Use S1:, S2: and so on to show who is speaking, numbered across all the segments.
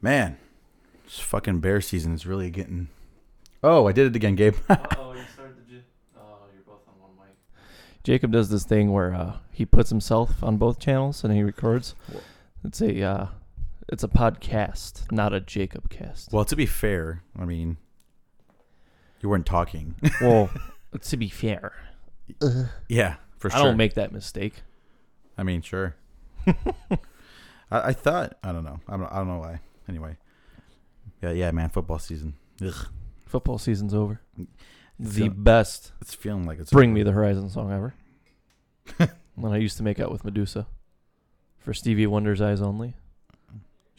S1: Man, this fucking bear season is really getting. Oh, I did it again, Gabe.
S2: oh, you started the. J- oh, you're both on one mic.
S3: Jacob does this thing where uh, he puts himself on both channels and he records. It's a uh, it's a podcast, not a Jacob cast.
S1: well, to be fair, I mean, you weren't talking.
S3: Well, to be fair,
S1: yeah, for
S3: I
S1: sure.
S3: don't make that mistake.
S1: I mean, sure. I, I thought I don't know. I don't, I don't know why. Anyway, yeah, yeah, man. Football season. Ugh,
S3: Football season's over. The
S1: Mm, Yeah.
S3: best
S1: it's feeling like it's
S3: "Bring Me the Horizon" song ever. when I used to make out with Medusa for Stevie Wonder's eyes only.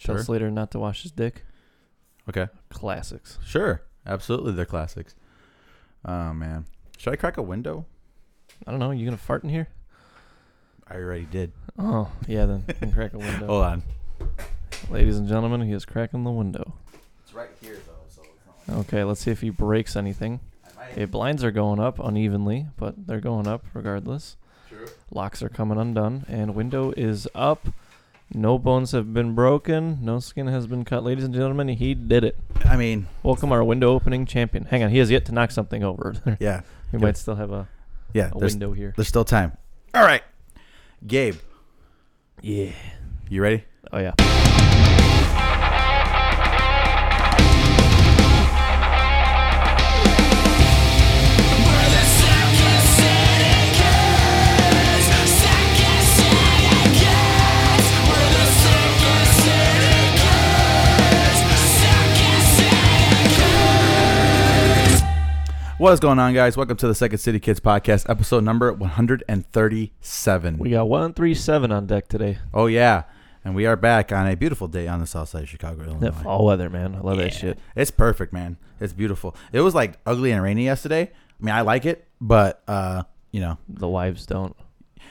S3: Tell
S1: Sure.
S3: Slater not to wash his dick.
S1: Okay.
S3: Classics.
S1: Sure. Absolutely, they're classics. Oh man, should I crack a window?
S3: I don't know. You gonna fart in here?
S1: I already did.
S3: Oh yeah, then you can crack a window.
S1: Hold on.
S3: Ladies and gentlemen, he is cracking the window.
S1: It's right here though, so it's not
S3: Okay, let's see if he breaks anything. Okay, blinds are going up unevenly, but they're going up regardless.
S2: True.
S3: Locks are coming undone, and window is up. No bones have been broken. No skin has been cut. Ladies and gentlemen, he did it.
S1: I mean,
S3: Welcome our window opening champion. Hang on, he has yet to knock something over.
S1: yeah,
S3: we might still have a,
S1: yeah.
S3: a
S1: There's,
S3: window here.
S1: there's still time. All right, Gabe,
S3: Yeah.
S1: you ready?
S3: Oh yeah.
S1: What is going on, guys? Welcome to the Second City Kids podcast, episode number 137.
S3: We got one three seven on deck today.
S1: oh yeah, and we are back on a beautiful day on the south side of Chicago, Illinois.
S3: That fall weather, man. I love that shit.
S1: It's perfect, man. It's beautiful. It was like ugly and rainy yesterday. I mean, I like it, but uh, you know,
S3: The wives don't.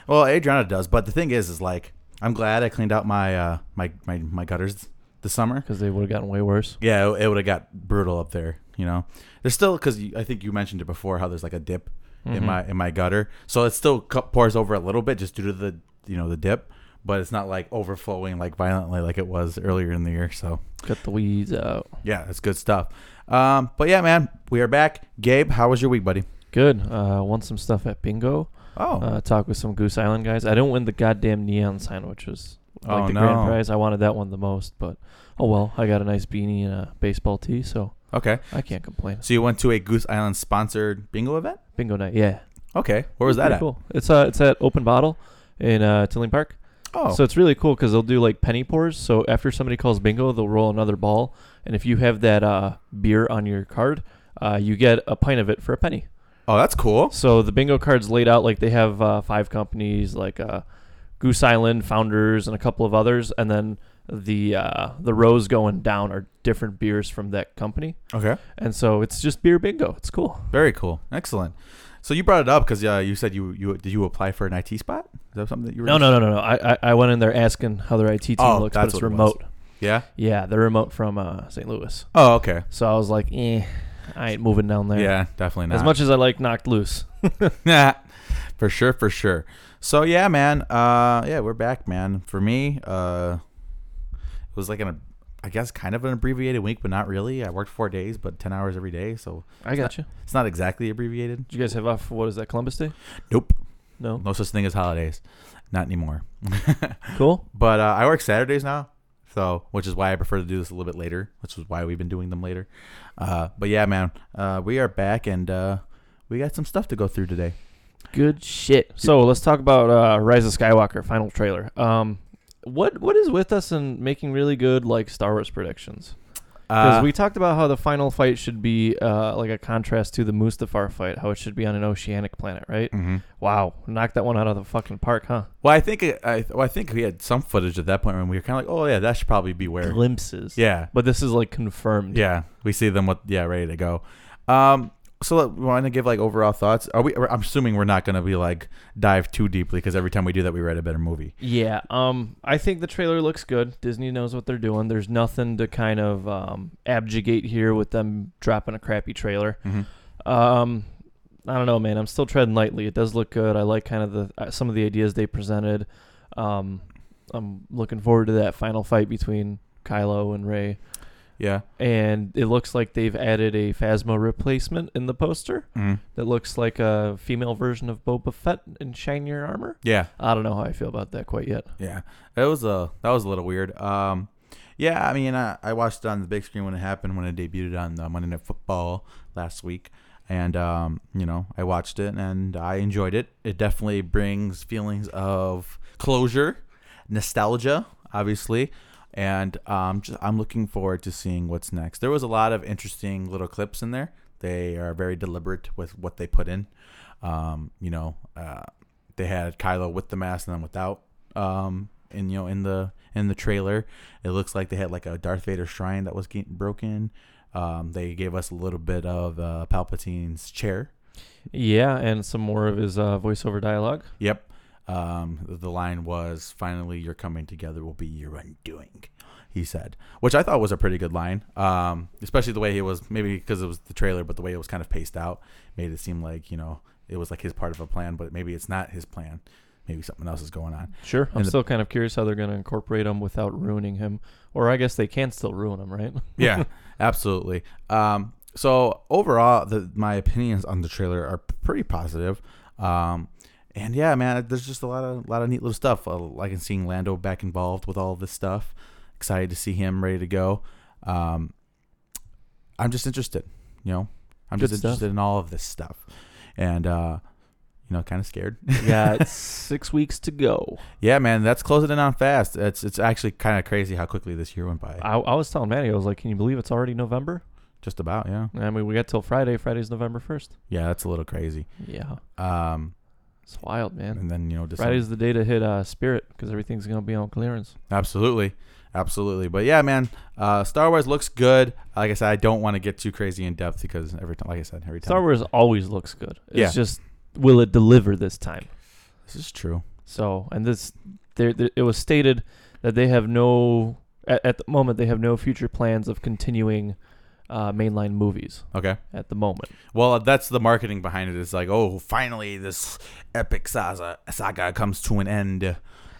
S1: well, Adriana does. But the thing is, is like, I'm glad I cleaned out my uh my my, my gutters this summer.
S3: Because they would have gotten way worse.
S1: Yeah, it, it would have got brutal up there. You know, there's still because I think you mentioned it before how there's like a dip
S3: Mm-hmm.
S1: in my in my gutter, so it still cu- pours over a little bit just due to the you know the dip, but it's not like overflowing like violently like it was earlier in the year. So
S3: Cut the weeds out.
S1: yeah, it's good stuff. Um, but yeah, man, we are back. Gabe, how was your week, buddy?
S3: Good. Uh, won some stuff at bingo.
S1: Oh,
S3: Uh, talk with some Goose Island guys. I didn't win the goddamn neon sign, which was like
S1: Oh,
S3: the
S1: no.
S3: grand prize. I wanted that one the most, but oh well. I got a nice beanie and a baseball tee, so
S1: okay.
S3: I can't complain.
S1: So you went to a Goose Island sponsored bingo event?
S3: Bingo night, yeah.
S1: Okay, where was
S3: Pretty
S1: that at?
S3: Cool. It's uh, it's at Open Bottle in uh, Tilling Park.
S1: Oh,
S3: So it's really cool because they'll do like penny pours. So after somebody calls bingo, they'll roll another ball, and if you have that uh, beer on your card, uh, you get a pint of it for a penny.
S1: oh, that's cool.
S3: So the bingo cards laid out like they have uh, five companies like uh, Goose Island, Founders, and a couple of others, and then the uh, the rows going down are different beers from that company,
S1: Okay,
S3: and so it's just beer bingo. It's cool.
S1: very cool, excellent. So you brought it up because uh, you said you you did you apply for an IT spot? Is that something that you were?
S3: No, no, no, no, no. I I, I went in there asking how their IT team
S1: Oh,
S3: looks,
S1: that's
S3: but it's
S1: what it was.
S3: remote.
S1: Yeah.
S3: yeah, they're remote from uh, St. Louis,
S1: Oh, okay.
S3: so I was like, eh, I ain't moving down there.
S1: Yeah, definitely not.
S3: As much as I like knocked loose,
S1: Yeah, for sure, for sure. So yeah, man. Uh, yeah, we're back, man. For me, uh, it was like an, I guess, kind of an abbreviated week, but not really. I worked four days, but ten hours every day, so
S3: I got you.
S1: it's not exactly abbreviated.
S3: Did you guys have off? What is that? Columbus Day?
S1: Nope,
S3: No.
S1: no such thing as holidays, not anymore.
S3: Cool.
S1: but uh, I work Saturdays now, so which is why I prefer to do this a little bit later, which is why we've been doing them later. Uh, but yeah, man, uh, we are back and uh, we got some stuff to go through today.
S3: Good shit. So let's talk about uh, Rise of Skywalker final trailer. Um, what what is with us in making really good like Star Wars predictions? Because
S1: Uh,
S3: we talked about how the final fight should be uh, like a contrast to the Mustafar fight, how it should be on an oceanic planet, right?
S1: mhm.
S3: Wow, knocked that one out of the fucking park, huh?
S1: Well, I think it- I, well, I think we had some footage at that point when we were kind of like, oh yeah, that should probably be where.
S3: Glimpses.
S1: Yeah,
S3: But this is like confirmed.
S1: yeah, we see them with yeah ready to go. Um, so like, we want to give like overall thoughts. Are we? I'm assuming we're not gonna be like dive too deeply because every time we do that, we write a better movie.
S3: Yeah, um, I think the trailer looks good. Disney knows what they're doing. There's nothing to kind of um, abjugate here with them dropping a crappy trailer. Um, I don't know, man. I'm still treading lightly. It does look good. I like kind of the uh, some of the ideas they presented. Um, I'm looking forward to that final fight between Kylo and Ray.
S1: Yeah.
S3: And it looks like they've added a Phasma replacement in the poster
S1: Mm.
S3: that looks like a female version of Boba Fett in shinier armor.
S1: Yeah.
S3: I don't know how I feel about that quite yet.
S1: Yeah, that was a that was a little weird. Um, yeah, I mean, I, I watched it on the big screen when it happened when it debuted on uh, Monday Night Football last week, and um, you know, I watched it and I enjoyed it. It definitely brings feelings of closure, nostalgia, obviously, and um, just, I'm looking forward to seeing what's next. There was a lot of interesting little clips in there. They are very deliberate with what they put in. Um, you know, uh, they had Kylo with the mask and then without um in you know in the in the trailer it looks like they had like a darth vader shrine that was getting broken um they gave us a little bit of uh palpatine's chair
S3: Yeah, and some more of his uh, voiceover dialogue.
S1: yep um the line was finally you're coming together will be your undoing he said which i thought was a pretty good line um especially the way it was maybe because it was the trailer but the way it was kind of paced out made it seem like you know it was like his part of a plan but maybe it's not his plan maybe something else is going on
S3: Sure. I'm
S1: And the-
S3: still kind of curious how they're going to incorporate him without ruining him. Or I guess they can still ruin him, right?
S1: yeah, absolutely. Um, so overall, the, my opinions on the trailer are pretty positive. Um, and yeah, man, there's just a lot of lot of neat little stuff. Uh, Like in seeing Lando back involved with all this stuff. Excited to see him ready to go. Um, I'm just interested. You know, I'm
S3: Good
S1: just
S3: stuff.
S1: interested in all of this stuff, and uh, you know, kind of scared.
S3: yeah, it's six weeks to go.
S1: yeah, man, that's closing in on fast. It's it's actually kind of crazy how quickly this year went by.
S3: I, I was telling Manny, I was like, can you believe it's already November?
S1: just about, yeah.
S3: I mean, we got till Friday. Friday's November 1st.
S1: Yeah, that's a little crazy.
S3: Yeah.
S1: Um,
S3: It's wild, man.
S1: and then you know, December.
S3: Friday's the day to hit uh, Spirit because everything's going to be on clearance.
S1: Absolutely. Absolutely. But yeah, man, uh, Star Wars looks good. Like I said, I don't want to get too crazy in depth because every time, like I said, every time.
S3: Star Wars always looks good. It's
S1: Yeah.
S3: just, will it deliver this time?
S1: This is true.
S3: So, and this, there, there, it was stated that they have no, at, at the moment, they have no future plans of continuing uh, mainline movies
S1: Okay.
S3: at the moment.
S1: Well, that's the marketing behind it. It's like, oh, finally, this epic saga, saga comes to an end.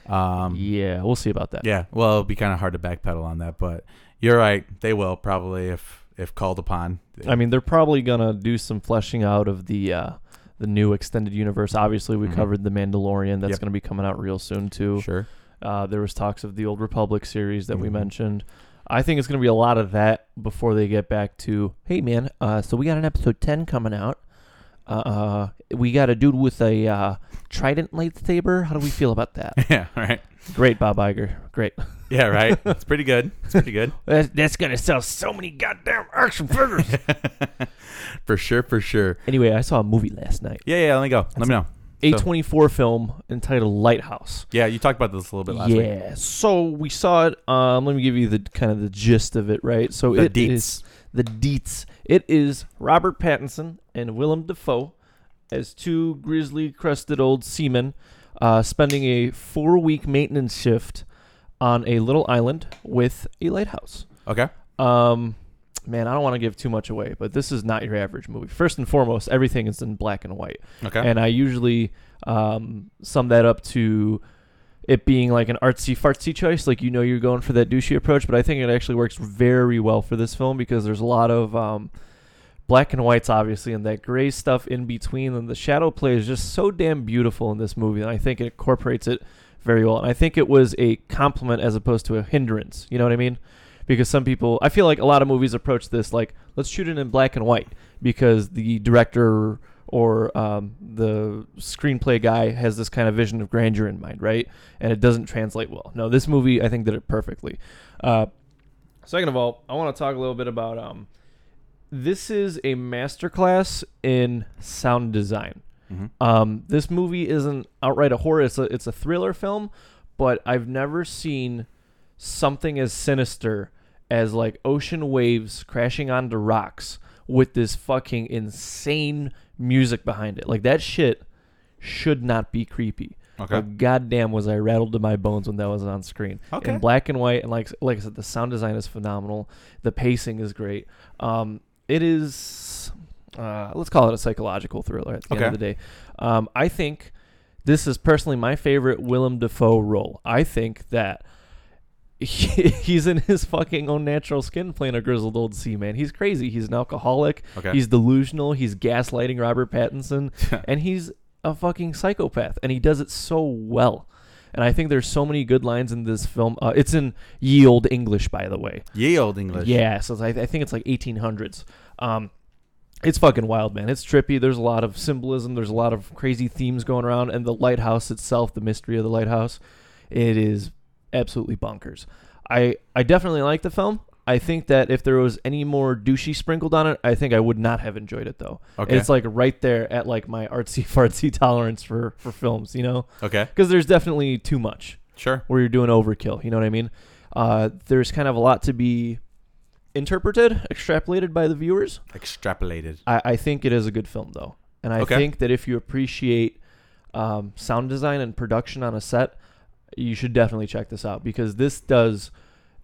S1: Um,
S3: yeah, we'll see about that.
S1: Yeah, well, it'd be kind of hard to backpedal on that, but you're right. They will probably if if called upon.
S3: I mean, they're probably gonna do some fleshing out of the uh, the new extended universe. Obviously, we
S1: Mhm.
S3: covered the Mandalorian. That's
S1: Yep.
S3: gonna be coming out real soon too.
S1: sure.
S3: Uh, there was talks of the Old Republic series that we
S1: Mhm.
S3: mentioned. I think it's gonna be a lot of that before they get back to hey man. Uh, so we got an episode ten coming out. Uh, uh, we got a dude with a uh, trident lightsaber. How do we feel about that?
S1: Yeah. Right.
S3: Great, Bob Iger. Great.
S1: Yeah. Right. it's pretty good. It's pretty good.
S3: That's, that's gonna sell so many goddamn action figures.
S1: for sure. For sure.
S3: anyway, I saw a movie last night.
S1: Yeah. Yeah. Let me go. Let me know.
S3: A
S1: So-
S3: twenty four film entitled Lighthouse.
S1: Yeah, you talked about this a little bit last week.
S3: yeah. So we saw it. Um, let me give you the kind of the gist of it, right? So
S1: The
S3: it
S1: deets.
S3: is- the deets. It is Robert Pattinson and Willem Dafoe as two grizzly crested old seamen uh, spending a four week maintenance shift on a little island with a lighthouse.
S1: Okay.
S3: Um, man, I don't want to give too much away, but this is not your average movie. First and foremost, everything is in black and white.
S1: Okay.
S3: And I usually um, sum that up to it being like an artsy fartsy choice, like you know you're going for that douchey approach, but I think it actually works very well for this film because there's a lot of um, black and whites, obviously, and that gray stuff in between, and the shadow play is just so damn beautiful in this movie, and I think it incorporates it very well. And I think it was a compliment as opposed to a hindrance. You know what I mean? Because some people, I feel like a lot of movies approach this like, let's shoot it in black and white because the director or um, the screenplay guy has this kind of vision of grandeur in mind, right? And it doesn't translate well. No, this movie I think did it perfectly. Uh, second of all, I want to talk a little bit about um, this is a masterclass in sound design.
S1: Mhm.
S3: Um, this movie isn't outright a horror; it's a it's a thriller film, but I've never seen something as sinister as like ocean waves crashing onto rocks with this fucking insane music behind it. Like that shit should not be creepy.
S1: Okay.
S3: Like, goddamn, was I rattled to my bones when that was on screen.
S1: Okay.
S3: In black and white, and like like I said, the sound design is phenomenal. The pacing is great. Um, it is. uh, let's call it a psychological thriller at the end
S1: Okay.
S3: of the day. Um, I think this is personally my favorite Willem Dafoe role. I think that he, he's in his fucking own natural skin playing a grizzled old seaman. He's crazy. He's an alcoholic.
S1: Okay.
S3: He's delusional. He's gaslighting Robert Pattinson, and he's a fucking psychopath. And he does it so well. And I think there's so many good lines in this film. Uh, it's in ye old English, by the way.
S1: Ye old English.
S3: Yeah, so I, I think it's like 1800s. Um, it's fucking wild, man. It's trippy. There's a lot of symbolism. There's a lot of crazy themes going around, and the lighthouse itself, the mystery of the lighthouse, it is absolutely bonkers. I I definitely like the film. I think that if there was any more douchey sprinkled on it, I think I would not have enjoyed it though.
S1: Okay.
S3: It's like right there at like my artsy fartsy tolerance for for films, you know,
S1: Okay.
S3: because there's definitely too much
S1: Sure.
S3: where you're doing overkill. You know what I mean? Uh, there's kind of a lot to be interpreted, extrapolated by the viewers.
S1: Extrapolated.
S3: I, I think it is a good film, though. And I
S1: Okay.
S3: think that if you appreciate um, sound design and production on a set, you should definitely check this out because this does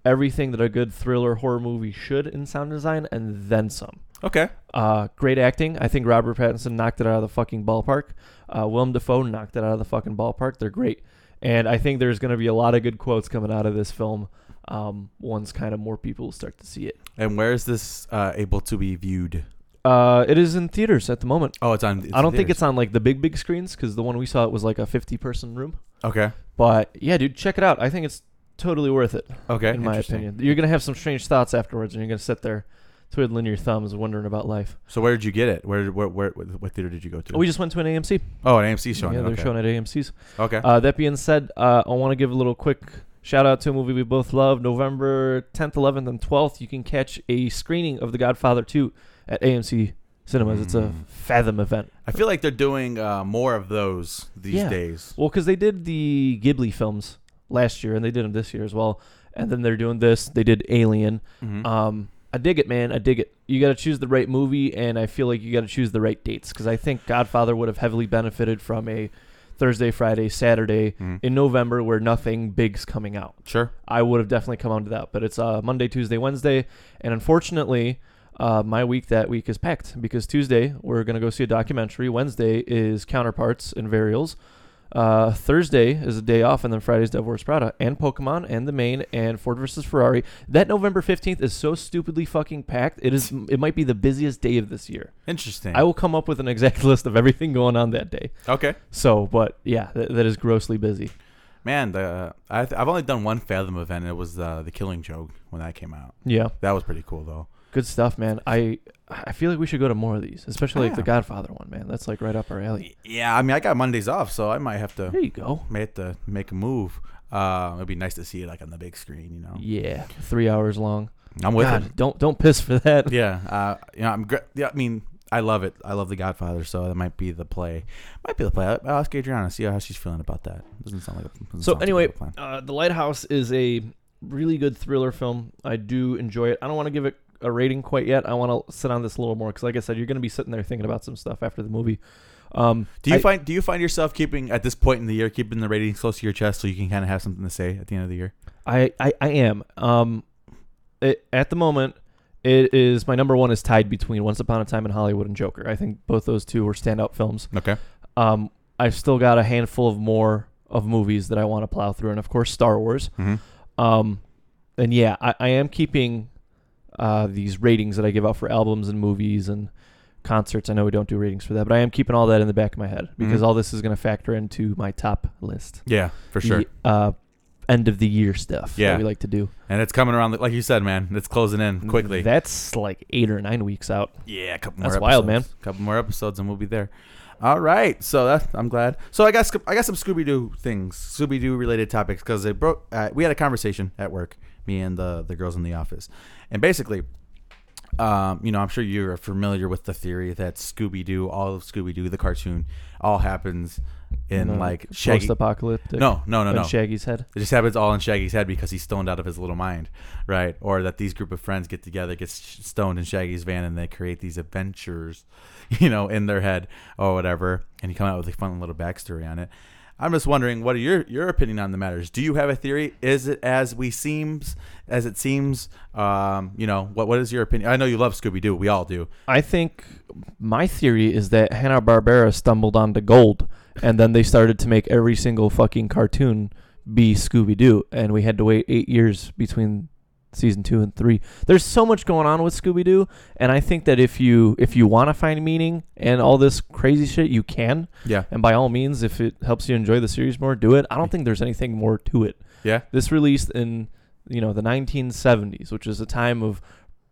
S3: everything that a good thriller horror movie should in sound design and then some.
S1: Okay.
S3: Uh, great acting. I think Robert Pattinson knocked it out of the fucking ballpark. Uh, Willem Dafoe knocked it out of the fucking ballpark. They're great. And I think there's going to be a lot of good quotes coming out of this film um, once kind of more people start to see it.
S1: And where is this uh, able to be viewed?
S3: Uh, it is in theaters at the moment.
S1: Oh, it's on. It's
S3: I don't think
S1: theaters.
S3: it's on like the big, big screens because the one we saw it was like a 50 person room.
S1: Okay.
S3: But yeah, dude, check it out. I think it's totally worth it,
S1: Okay.
S3: in my
S1: Interesting.
S3: opinion. You're going to have some strange thoughts afterwards and you're going to sit there twiddling your thumbs wondering about life.
S1: So where did you get it? Where where where what theater did you go to?
S3: We just went to an AMC.
S1: oh, an AMC showing.
S3: yeah,
S1: it.
S3: they're
S1: okay.
S3: showing at AMC's.
S1: okay.
S3: Uh, that being said, uh, I want to give a little quick shout out to a movie we both love. November 10th, 11th, and 12th, you can catch a screening of The Godfather 2 at AMC Cinemas. It's a
S1: Mm.
S3: Fathom event.
S1: I feel like they're doing uh, more of those these
S3: Yeah.
S1: days.
S3: Well, because they did the Ghibli films last year, and they did them this year as well. And then they're doing this. They did Alien.
S1: Mhm.
S3: Um, I dig it, man. I dig it. You got to choose the right movie, and I feel like you got to choose the right dates because I think Godfather would have heavily benefited from a Thursday, Friday, Saturday
S1: Mhm.
S3: in November where nothing big's coming out.
S1: Sure.
S3: I would have definitely come on to that. But it's uh, Monday, Tuesday, Wednesday, and unfortunately, uh, my week that week is packed because Tuesday we're gonna go see a documentary. Wednesday is Counterparts and Varials. Uh, Thursday is a day off, and then Friday's Devil Wears Prada and Pokemon and the main and Ford versus Ferrari. That November fifteenth is so stupidly fucking packed. It is. It might be the busiest day of this year.
S1: Interesting.
S3: I will come up with an exact list of everything going on that day.
S1: okay.
S3: So, but yeah, th- that is grossly busy.
S1: Man, the uh, I th- I've only done one Fathom event. and It was uh, the Killing Joke when that came out.
S3: Yeah.
S1: That was pretty cool though.
S3: Good stuff, man. I I feel like we should go to more of these, especially like the
S1: Yeah.
S3: Godfather one, man. That's like right up our alley.
S1: Yeah, I mean, I got Mondays off, so I might have to
S3: There you go.
S1: may have to make a move. Uh, it'd be nice to see it like on the big screen, you know.
S3: Yeah, three hours long.
S1: I'm with
S3: God,
S1: it.
S3: don't don't piss for that.
S1: Yeah, uh, you know, I'm. Gr- yeah, I mean, I love it. I love The Godfather, so that might be the play. Might be the play. I'll I'll ask Adriana see how she's feeling about that. Doesn't sound like. A, doesn't
S3: So
S1: sound like a
S3: anyway,
S1: good plan.
S3: uh, The Lighthouse is a really good thriller film. I do enjoy it. I don't want to give it a rating quite yet. I want to sit on this a little more because, like I said, you're going to be sitting there thinking about some stuff after the movie. Um,
S1: do you
S3: I-
S1: find do you find yourself keeping at this point in the year keeping the ratings close to your chest so you can kind of have something to say at the end of the year?
S3: I, I, I am. Um, it, at the moment, it is my number one is tied between Once Upon a Time in Hollywood and Joker. I think both those two were standout films.
S1: Okay.
S3: Um, I've still got a handful of more of movies that I want to plow through, and of course Star Wars.
S1: Mm-hmm.
S3: Um, and yeah, I, I am keeping uh, these ratings that I give out for albums and movies and concerts. I know we don't do ratings for that, but I am keeping all that in the back of my head because
S1: Mhm.
S3: all this is going to factor into my top list
S1: Yeah, for sure.
S3: the, uh, end of the year stuff
S1: Yeah.
S3: that we like to do.
S1: And it's coming around, like you said, man. It's closing in quickly.
S3: That's like eight or nine weeks out.
S1: Yeah, a couple more.
S3: That's
S1: episodes.
S3: wild, man.
S1: Couple more episodes, and we'll be there. All right, so that's I'm glad. So I got sc- I got some Scooby Doo things, Scooby Doo related topics because they broke. Uh, we had a conversation at work, me and the the girls in the office, and basically, um, you know, I'm sure you're familiar with the theory that Scooby Doo, all of Scooby Doo, the cartoon, all happens in
S3: you know,
S1: like Shaggy.
S3: post-apocalyptic.
S1: No, no, no,
S3: in
S1: no.
S3: Shaggy's head.
S1: It just happens all in Shaggy's head because he's stoned out of his little mind, right? Or that these group of friends get together, gets sh- stoned in Shaggy's van, and they create these adventures, you know, in their head or whatever. And you come out with a fun little backstory on it. I'm just wondering, what are your your opinion on the matters? Do you have a theory? Is it as we seems as it seems? Um, you know, what what is your opinion? I know you love Scooby Doo. We all do.
S3: I think my theory is that Hanna Barbera stumbled onto gold, and then they started to make every single fucking cartoon be Scooby Doo, and we had to wait eight years between season two and three. There's so much going on with Scooby Doo, and I think that if you if you want to find meaning and all this crazy shit, you can.
S1: Yeah,
S3: And by all means, if it helps you enjoy the series more, do it. I don't think there's anything more to it.
S1: yeah,
S3: This released in you know the 1970s, which is a time of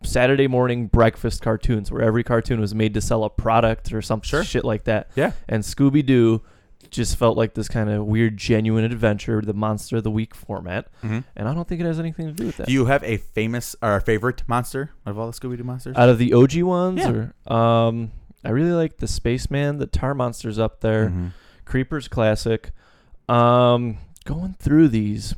S3: Saturday morning breakfast cartoons, where every cartoon was made to sell a product or some
S1: Sure.
S3: shit like that.
S1: Yeah.
S3: And Scooby Doo just felt like this kind of weird, genuine adventure, the monster of the week format,
S1: hmm
S3: and I don't think it has anything to do with that.
S1: Do you have a famous or a favorite monster out of all the Scooby Doo monsters?
S3: Out of the OG ones,
S1: Yeah.
S3: or um, I really like the Spaceman, the Tar Monster's up there.
S1: Mhm.
S3: Creepers classic. Um, going through these,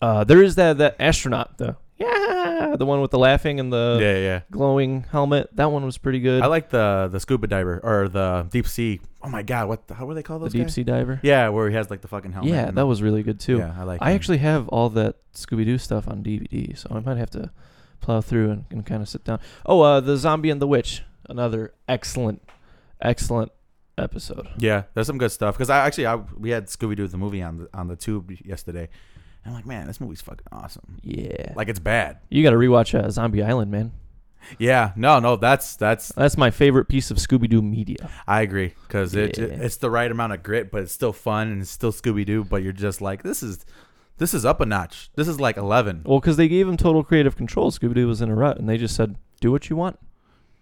S3: uh, there is that that astronaut though. Yeah, the one with the laughing and the
S1: yeah, yeah.
S3: glowing helmet. That one was pretty good.
S1: I like the the scuba diver or the deep sea. Oh my god, what the, how were they called?
S3: the
S1: Those
S3: deep
S1: guys?
S3: sea diver.
S1: Yeah, where he has like the fucking helmet.
S3: yeah,
S1: and-
S3: that was really good too.
S1: Yeah, I like.
S3: I
S1: him.
S3: actually have all that Scooby Doo stuff on DVD, so I might have to plow through and, and kind of sit down. Oh, uh, the zombie and the witch, another excellent, excellent episode.
S1: Yeah, there's some good stuff. Because I actually I we had Scooby Doo the movie on the on the tube yesterday. I'm like, man, this movie's fucking awesome.
S3: Yeah,
S1: Like it's bad.
S3: you got to rewatch uh, Zombie Island, man.
S1: Yeah, no, no, that's that's
S3: That's my favorite piece of Scooby Doo media.
S1: I agree because it
S3: Yeah.
S1: it's the right amount of grit, but it's still fun and it's still Scooby Doo. But you're just like, this is this is up a notch. This is like eleven.
S3: Well, because they gave him total creative control. Scooby Doo was in a rut, and they just said, "Do what you want."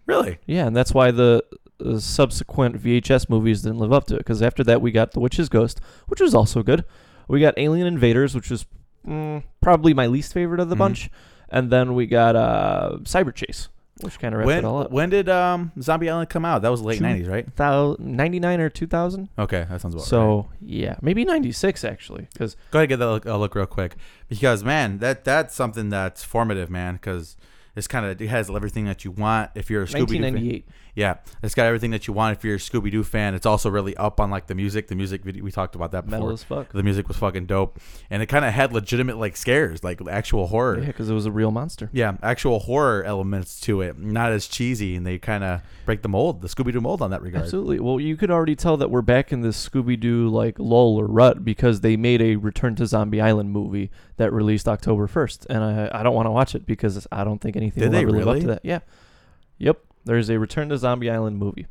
S1: Really?
S3: Yeah, and that's why the uh, subsequent VHS movies didn't live up to it. Because after that, we got The Witch's Ghost, which was also good. We got Alien Invaders, which was mm, probably my least favorite of the
S1: Mhm.
S3: bunch, and then we got uh, Cyber Chase, which kind of wrapped
S1: When
S3: it all up.
S1: when did um Zombie Island come out? That was late
S3: Two-
S1: '90s, right?
S3: Thou- 99 or 2000
S1: Okay, that sounds about right.
S3: so yeah maybe 96 actually because
S1: Go ahead and get that look, a look real quick, because man, that that's something that's formative, man. Because it's kind of it has everything that you want if you're a Scooby Doo fan.
S3: 1998
S1: Yeah, it's got everything that you want if you're a Scooby Doo fan. It's also really up on like the music. The music video, we talked about that before.
S3: metal as fuck
S1: The music was fucking dope, and it kind of had legitimate like scares, like actual horror.
S3: yeah because it was a real monster
S1: Yeah, actual horror elements to it, not as cheesy, and they kind of break the mold, the Scooby Doo mold on that regard.
S3: Absolutely. Well, you could already tell that we're back in this Scooby Doo like lull or rut because they made a Return to Zombie Island movie that released October 1st, and I, I don't want to watch it because I don't think anything
S1: Did
S3: will
S1: they
S3: ever live up
S1: really?
S3: to that. Yeah. Yep. There's a Return to Zombie Island movie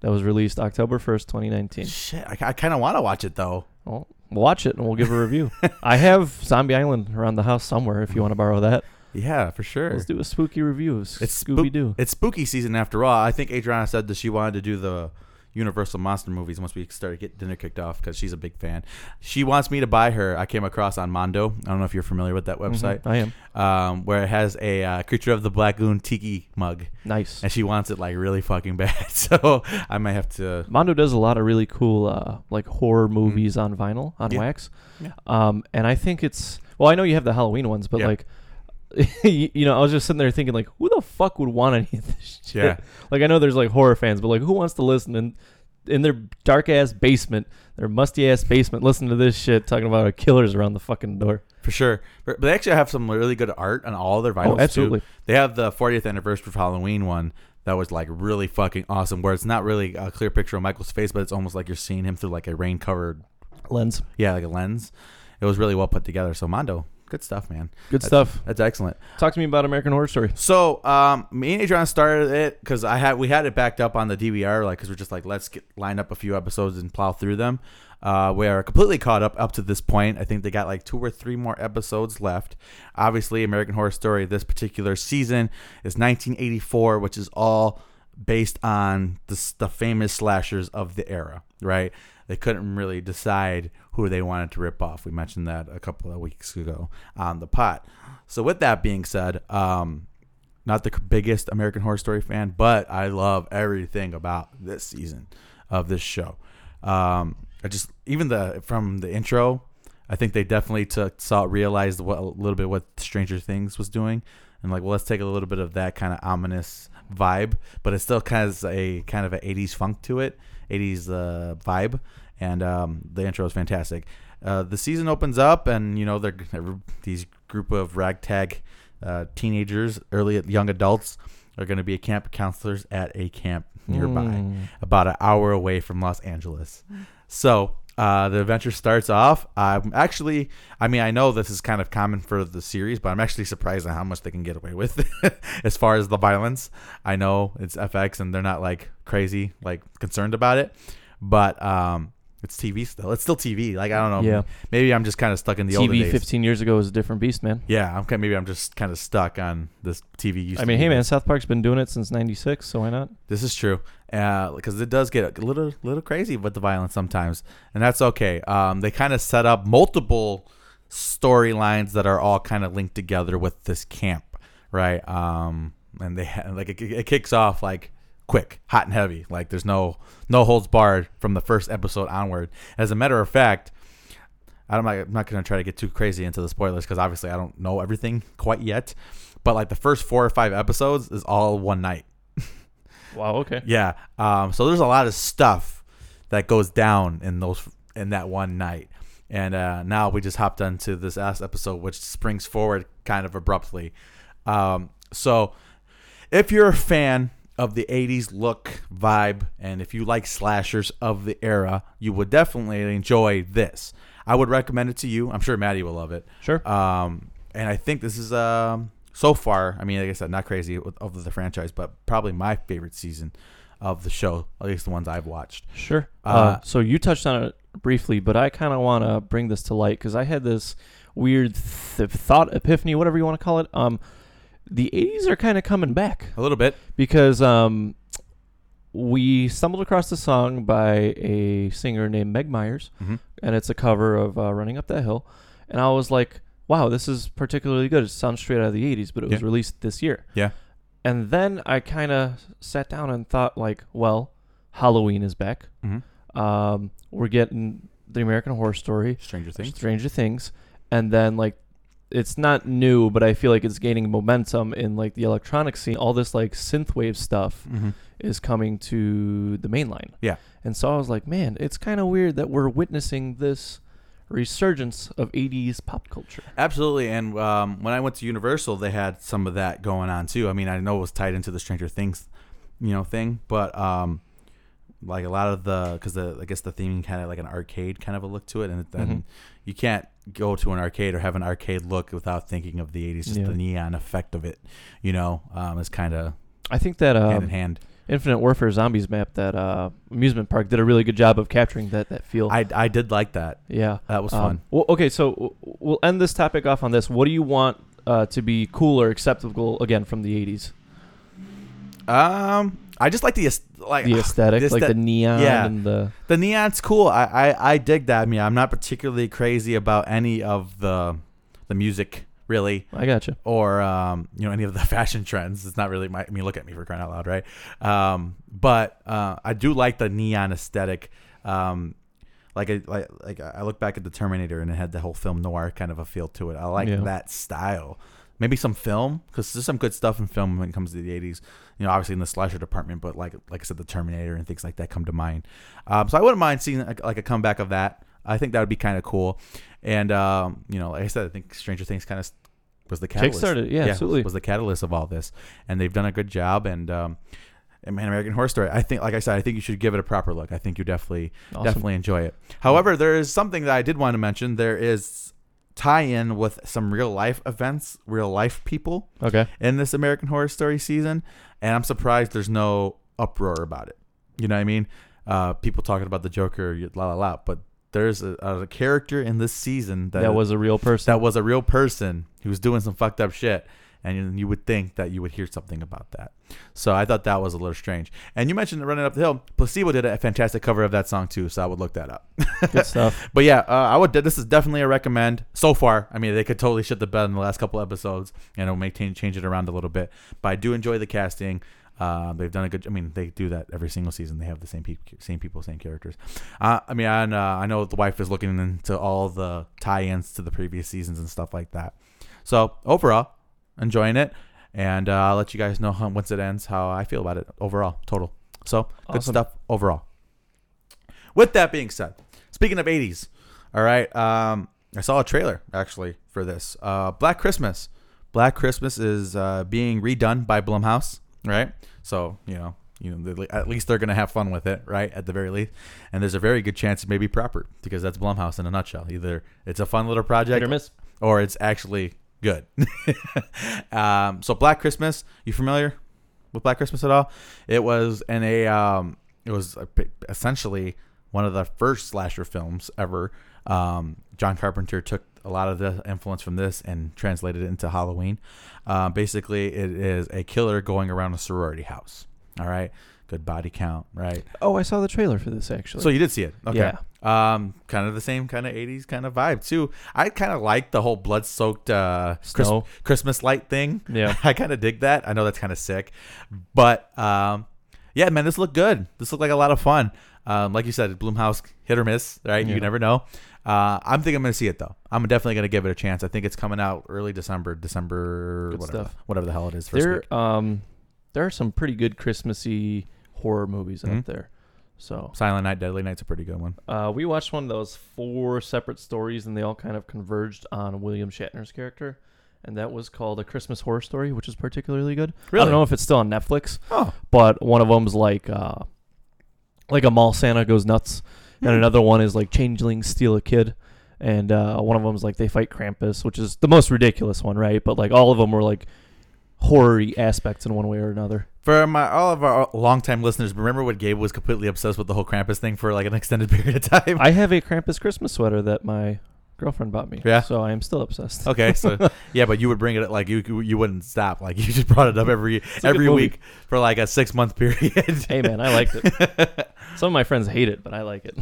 S3: that was released October 1st, 2019.
S1: Shit, I, I kind of want to watch it though.
S3: Well, watch it and we'll give a review. I have Zombie Island around the house somewhere if you want to borrow that.
S1: Yeah, for sure.
S3: Let's do a spooky review of
S1: It's spook-
S3: Scooby Doo.
S1: It's spooky season after all. I think Adriana said that she wanted to do the Universal monster movies once we started getting dinner kicked off because she's a big fan. She wants me to buy her. I came across on Mondo. I don't know if you're familiar with that website,
S3: Mm-hmm. I am.
S1: um, where it has a uh, creature of the black lagoon tiki mug,
S3: Nice.
S1: and she wants it like really fucking bad. So I might have to.
S3: Mondo does a lot of really cool uh, like horror movies on vinyl on
S1: Mm-hmm. Yeah.
S3: wax,
S1: Yeah.
S3: um, and I think it's well. I know you have the Halloween ones, but
S1: Yeah.
S3: like, you you know, I was just sitting there thinking like, who the fuck would want any of this shit?
S1: Yeah.
S3: Like, I know there's like horror fans, but like, who wants to listen in in their dark ass basement, their musty ass basement, listen to this shit talking about our killers around the fucking door?
S1: For sure, but but they actually have some really good art on all their vinyls
S3: oh, absolutely.
S1: too. They have the 40th anniversary of Halloween one that was like really fucking awesome, where it's not really a clear picture of Michael's face, but it's almost like you're seeing him through like a rain covered,
S3: Lens,
S1: yeah, like a lens. It was really well put together. So Mondo, good stuff, man.
S3: good stuff.
S1: That's excellent.
S3: Talk to me about American Horror Story.
S1: So um, me and Adrian started it because I had we had it backed up on the DVR, like because we're just like let's get line up a few episodes and plow through them. Uh, we are completely caught up up to this point. I think they got like two or three more episodes left. Obviously, American Horror Story this particular season is 1984, which is all based on the, s- the famous slashers of the era, right? They couldn't really decide who they wanted to rip off. We mentioned that a couple of weeks ago on the pot. So with that being said, um, not the biggest American Horror Story fan, but I love everything about this season of this show. Um, I just even the from the intro, I think they definitely took saw realized what a little bit what Stranger Things was doing, and like, well, let's take a little bit of that kind of ominous vibe, but it still has a kind of an '80s funk to it. 80s uh, vibe, and um, the intro is fantastic. Uh, the season opens up, and you know they're every- these group of ragtag uh, teenagers, early young adults, are going to be camp counselors at a camp nearby
S3: Mm.
S1: about an hour away from Los Angeles. So uh, the adventure starts off. I'm actually, I mean, I know this is kind of common for the series, but I'm actually surprised at how much they can get away with as far as the violence. I know it's FX and they're not like crazy, like concerned about it, but um, it's TV still. It's still TV. Like, I don't know.
S3: Yeah.
S1: Maybe I'm just kind of stuck in the older
S3: TV
S1: days.
S3: 15 years ago was a different beast, man.
S1: Yeah, I'm kind maybe I'm just kind of stuck on this TV. Used
S3: I
S1: to
S3: mean,
S1: be
S3: hey,
S1: this.
S3: man, South Park's been doing it since '96, so why not?
S1: This is true, because it does get a little little crazy with the violence sometimes, and that's okay. Um, they kind of set up multiple storylines that are all kind of linked together with this camp, right? Um, and they ha- like it, it kicks off like quick, hot and heavy. Like there's no no holds barred from the first episode onward. As a matter of fact, I'm not, I'm not going to try to get too crazy into the spoilers because obviously I don't know everything quite yet. But like the first four or five episodes is all one night.
S3: Wow. Okay.
S1: Yeah. Um, so there's a lot of stuff that goes down in those in that one night, and uh, now we just hopped onto this last episode, which springs forward kind of abruptly. Um, so if you're a fan of the 80s look vibe and if you like slashers of the era you would definitely enjoy this i would recommend it to you i'm sure maddie will love it
S3: Sure.
S1: um, and I think this is um so far. I mean, like I said, not crazy with, of the franchise, but probably my favorite season of the show, at least the ones I've watched.
S3: Sure. Uh,
S1: Uh,
S3: so you touched on it briefly, but I kind of want to bring this to light because I had this weird th- thought epiphany, whatever you want to call it. Um, the '80s are kind of coming back
S1: A little bit.
S3: because um, we stumbled across the song by a singer named Meg Myers,
S1: Mhm.
S3: and it's a cover of uh, "Running Up That Hill," and I was like, "Wow, this is particularly good." It sounds straight out of the '80s, but it was
S1: Yeah.
S3: released this year.
S1: Yeah.
S3: And then I kind of sat down and thought, like, well, Halloween is back.
S1: Mhm.
S3: Um, we're getting the American Horror Story,
S1: Stranger Things.
S3: Stranger Things, and then like, it's not new, but I feel like it's gaining momentum in like the electronic scene. All this like synthwave stuff
S1: Mm-hmm.
S3: is coming to the mainline.
S1: Yeah.
S3: And so I was like, man, it's kind of weird that we're witnessing this resurgence of 80s pop culture.
S1: Absolutely. And um, when I went to Universal, they had some of that going on too. I mean, I know it was tied into the Stranger Things, you know, thing, but um, like a lot of the because the I guess the theme kind of like an arcade kind of a look to it, and then
S3: Mhm.
S1: you can't go to an arcade or have an arcade look without thinking of the '80s. Just
S3: Yeah.
S1: the neon effect of it, you know, um, is kind of
S3: I think that um,
S1: hand in hand.
S3: Infinite Warfare Zombies map that uh, amusement park did a really good job of capturing that that feel.
S1: I I did like that.
S3: yeah,
S1: That was
S3: Um,
S1: fun.
S3: Well, okay, so w- w- we'll end this topic off on this. What do you want uh, to be cool or acceptable again from the '80s?
S1: Um, I just like the aes- like
S3: The aesthetic,
S1: this-
S3: like
S1: that-
S3: the neon
S1: yeah.
S3: and the
S1: The neon's cool. I, I I dig that. I mean, I'm not particularly crazy about any of the the music really,
S3: I gotcha.
S1: or um, you know, any of the fashion trends. It's not really my. I mean, look at me for crying out loud, right? Um, but uh, I do like the neon aesthetic. Um, like I like like I look back at the Terminator and it had the whole film noir kind of a feel to it. I like
S3: Yeah.
S1: that style. Maybe some film because there's some good stuff in film when it comes to the 80s. You know, obviously in the slasher department, but like like I said, the Terminator and things like that come to mind. Um, so I wouldn't mind seeing like, like a comeback of that. I think that would be kind of cool. And um, you know, like I said, I think Stranger Things kind of was the catalyst.
S3: Kickstarted, yeah, absolutely.
S1: was the catalyst of all this, and they've done a good job. And um, and man, American Horror Story. I think, like I said, I think you should give it a proper look. I think you definitely
S3: Awesome.
S1: definitely enjoy it. However, there is something that I did want to mention. There is tie-in with some real life events, real life people
S3: Okay.
S1: in this American Horror Story season, and I'm surprised there's no uproar about it. You know what I mean? Uh, people talking about the Joker, la la la, but there's a, a character in this season
S3: That,
S1: that
S3: was a real person.
S1: that was a real person who was doing some fucked up shit and you- you would think that you would hear something about that so i thought that was a little strange and you mentioned running up the hill placebo did a fantastic cover of that song too so i would look that up
S3: Good stuff.
S1: but yeah uh, i would this is definitely a recommend so far i mean they could totally shit the bed in the last couple episodes and it'll make change, change it around a little bit but i do enjoy the casting uh, they've done a good. I mean, they do that every single season. They have the same people, same people, same characters. Uh, I mean, and, uh, I know the wife is looking into all the tie-ins to the previous seasons and stuff like that. So overall, enjoying it, and uh, I'll let you guys know how, once it ends how I feel about it overall, total. So good
S3: Awesome.
S1: stuff overall. With that being said, speaking of 80s, all right, um, I saw a trailer actually for this uh, Black Christmas. Black Christmas is uh, being redone by Blumhouse, right? So you know, you know, they- at least they're gonna have fun with it, right? At the very least, and there's a very good chance it may be proper because that's Blumhouse in a nutshell. Either it's a fun little project,
S3: Hit or miss.
S1: or it's actually good. um, so Black Christmas, you familiar with Black Christmas at all? It was in a um, it was a, essentially one of the first slasher films ever. Um, John Carpenter took a lot of the influence from this and translated it into Halloween. Uh, basically, it is a killer going around a sorority house. All right, good body count, right?
S3: Oh, I saw the trailer for this actually.
S1: So you did see it. Okay. Um, kind of the same kind of 80s kind of vibe too. I kind of like the whole blood soaked uh, Chris-
S3: Snow.
S1: Christmas light thing.
S3: Yeah.
S1: I kind of dig that. I know that's kind of sick, but um, yeah, man, this looked good. This looked like a lot of fun. Um, like you said, Bloomhouse hit or miss, right?
S3: Yeah.
S1: You never know. Uh, I'm thinking I'm gonna see it though. I'm definitely gonna give it a chance. I think it's coming out early December, December
S3: Good
S1: whatever,
S3: stuff.
S1: whatever the hell it is. First
S3: there
S1: week.
S3: um there are some pretty good Christmassy horror movies
S1: Mhm.
S3: out there. So
S1: Silent Night, Deadly Night's a pretty good one.
S3: uh, we watched one of those four separate stories, and they all kind of converged on William Shatner's character, and that was called A Christmas Horror Story, which is particularly good. I
S1: Really?
S3: don't know if it's still on Netflix,
S1: Oh,
S3: but one of them's like uh, like a mall Santa goes nuts, and
S1: Hmm.
S3: another one is like changelings steal a kid, and uh, one of them's like they fight Krampus, which is the most ridiculous one, right? But like all of them were like horror-y aspects in one way or another.
S1: For my all of our longtime listeners, remember when Gabe was completely obsessed with the whole Krampus thing for like an extended period of time?
S3: I have a Krampus Christmas sweater that my girlfriend bought me.
S1: Yeah. Oh,
S3: So I am still obsessed.
S1: okay, so yeah, but you would bring it like you you wouldn't stop. Like you just brought it up every
S3: a good
S1: every
S3: movie.
S1: week for like a six month period.
S3: hey man, I liked it. Some of my friends hate it, but I like it.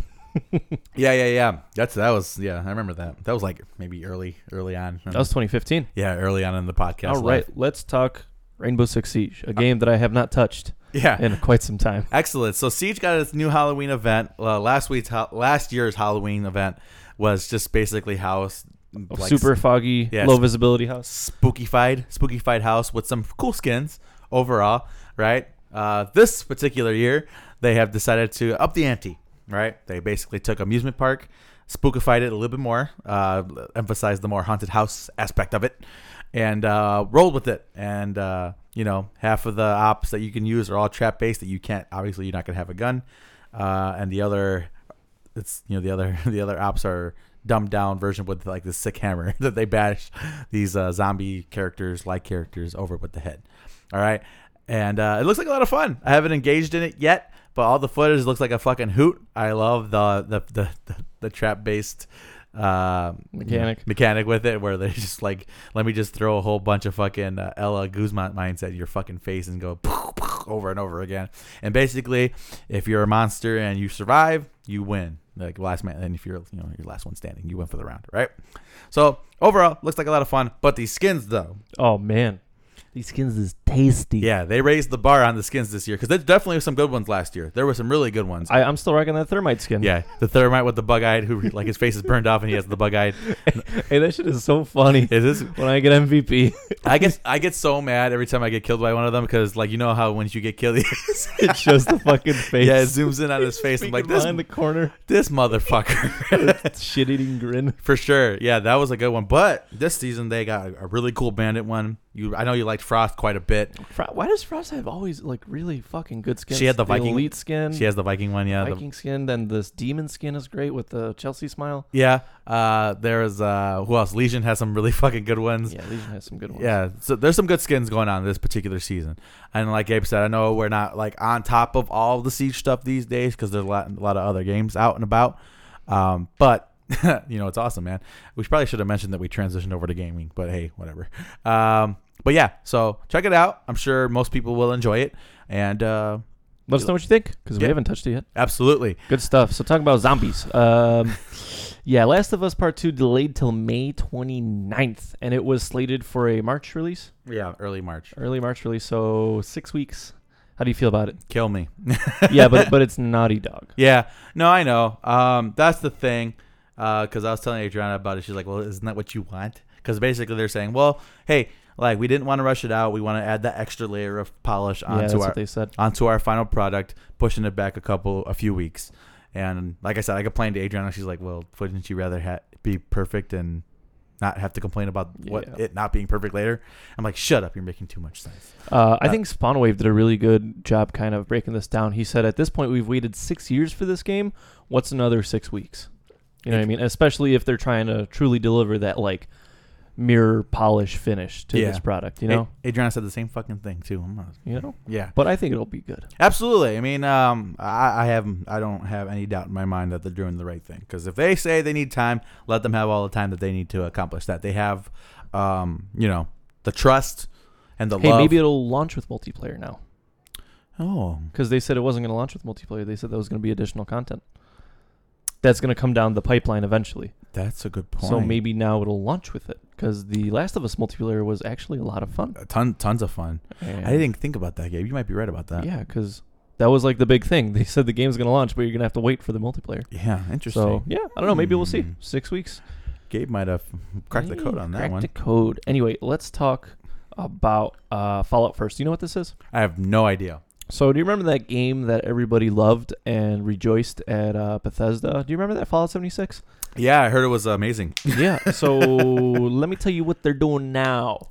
S1: yeah, yeah, yeah. That's that was yeah. I remember that. That was like maybe early early on.
S3: That was 2015.
S1: yeah, early on in the podcast.
S3: All
S1: life.
S3: right, let's talk Rainbow Six Siege, a game that I have not touched
S1: Yeah.
S3: in quite some time.
S1: Excellent. So Siege got its new Halloween event. Uh, last week's ha- last year's Halloween event was just basically house like,
S3: Super foggy,
S1: Yeah,
S3: low
S1: sp-
S3: visibility house.
S1: spookified, spookified house with some cool skins overall, right? Uh, this particular year, they have decided to up the ante, right? They basically took amusement park, spookified it a little bit more, uh, emphasized the more haunted house aspect of it, and uh, rolled with it. And uh, you know, half of the ops that you can use are all trap based that you can't. Obviously, you're not gonna have a gun, uh, and the other it's you know the other the other ops are dumbed down version with like this sick hammer that they bash these uh, zombie characters like characters over with the head. All right, and uh, it looks like a lot of fun. I haven't engaged in it yet, but all the footage looks like a fucking hoot. I love the the the, the, the trap based. Uh,
S3: Mechanic.
S1: mechanic with it, where they just like, let me just throw a whole bunch of fucking uh, Ella Guzman mindset in your fucking face and go over and over again. And basically, if you're a monster and you survive, you win. Like last man, and if you're you know your last one standing, you win for the round, right? So overall, looks like a lot of fun. But these skins, though,
S3: Oh man, these skins is tasty.
S1: yeah, they raised the bar on the skins this year because there's definitely some good ones last year. There were some really good ones.
S3: I, I'm still rocking that thermite skin.
S1: yeah, the thermite with the bug-eyed, who like his face is burned off and he has the bug-eyed.
S3: hey, that shit is so funny.
S1: It is
S3: when I get MVP,
S1: I get I get so mad every time I get killed by one of them because like you know how once you get killed,
S3: it shows the fucking face.
S1: yeah, it zooms in on his face. I'm
S3: Peeking
S1: like this
S3: behind the corner,
S1: this motherfucker
S3: shit eating grin.
S1: for sure. Yeah, that was a good one. But this season they got a really cool bandit one. You I know you liked Frost quite a bit.
S3: Fro- Why does Frost have always like really fucking good skin?
S1: She had the Viking-
S3: elite skin,
S1: She has the Viking one. Yeah, the,
S3: Viking skin. Then this demon skin is great with the Chelsea smile.
S1: yeah. Uh, there is uh, who else? Legion has some really fucking good ones.
S3: Yeah, Legion has some good ones.
S1: Yeah, so there's some good skins going on this particular season, and like Gabe said, I know we're not like on top of all the siege stuff these days because there's a lot, a lot of other games out and about. Um, but you know, it's awesome, man. We probably should have mentioned that we transitioned over to gaming, but hey, whatever. Um, but yeah, so check it out. I'm sure most people will enjoy it, and uh,
S3: Let us know what you think because we
S1: Yeah.
S3: haven't touched it yet.
S1: absolutely,
S3: Good stuff. So talking about zombies. Um, yeah, Last of Us Part 2 delayed till May 29th, and it was slated for a March release,
S1: yeah, early March.
S3: early March release, so six weeks. How do you feel about it?
S1: Kill me.
S3: yeah, but but it's Naughty Dog.
S1: Yeah, no, I know. Um, that's the thing. Because I was telling Adriana about it. She's like, well, isn't that what you want? Because basically they're saying, well, hey, like we didn't want to rush it out. We want to add that extra layer of polish
S3: yeah, that's
S1: onto
S3: what
S1: our
S3: they said.
S1: onto our final product, pushing it back a couple, a few weeks. And like I said, I complained to Adriana. She's like, "Well, wouldn't you rather ha- be perfect and not have to complain about what
S3: Yeah.
S1: it not being perfect later?" I'm like, "Shut up! You're making too much sense."
S3: Uh, I
S1: Uh,
S3: think Spawnwave did a really good job kind of breaking this down. He said, at this point, we've waited six years for this game. What's another six weeks? You know what I mean? Especially if they're trying to truly deliver that, like, mirror polish finish to this
S1: Yeah.
S3: product, you know?
S1: A- Adriana said the same fucking thing too. I'm not,
S3: you know?
S1: yeah,
S3: But I think it'll be good.
S1: absolutely. I mean, um, I, I have I don't have any doubt in my mind that they're doing the right thing because if they say they need time, let them have all the time that they need to accomplish that. They have, um, you know, the trust and the
S3: Hey,
S1: love.
S3: maybe it'll launch with multiplayer now.
S1: oh,
S3: Because they said it wasn't going to launch with multiplayer. They said that was going to be additional content. That's going to come down the pipeline eventually.
S1: that's a good point.
S3: So maybe now it'll launch with it. Because the Last of Us multiplayer was actually a lot of fun.
S1: A ton tons of fun. I
S3: And-
S1: didn't think about that, Gabe. You might be right about that.
S3: Yeah, because that was like the big thing. They said the game's gonna launch, but you're gonna have to wait for the multiplayer.
S1: Yeah, interesting.
S3: So yeah, I don't know. Maybe we'll see.
S1: Hmm.
S3: Six weeks.
S1: Gabe might have cracked the code on that
S3: Crack
S1: one.
S3: the code. Anyway, let's talk about uh, Fallout first. You know what this is?
S1: I have no idea.
S3: So do you remember that game that everybody loved and rejoiced at uh, Bethesda? Do you remember that Fallout 76?
S1: Yeah, I heard it was amazing.
S3: yeah. So let me tell you what they're doing now.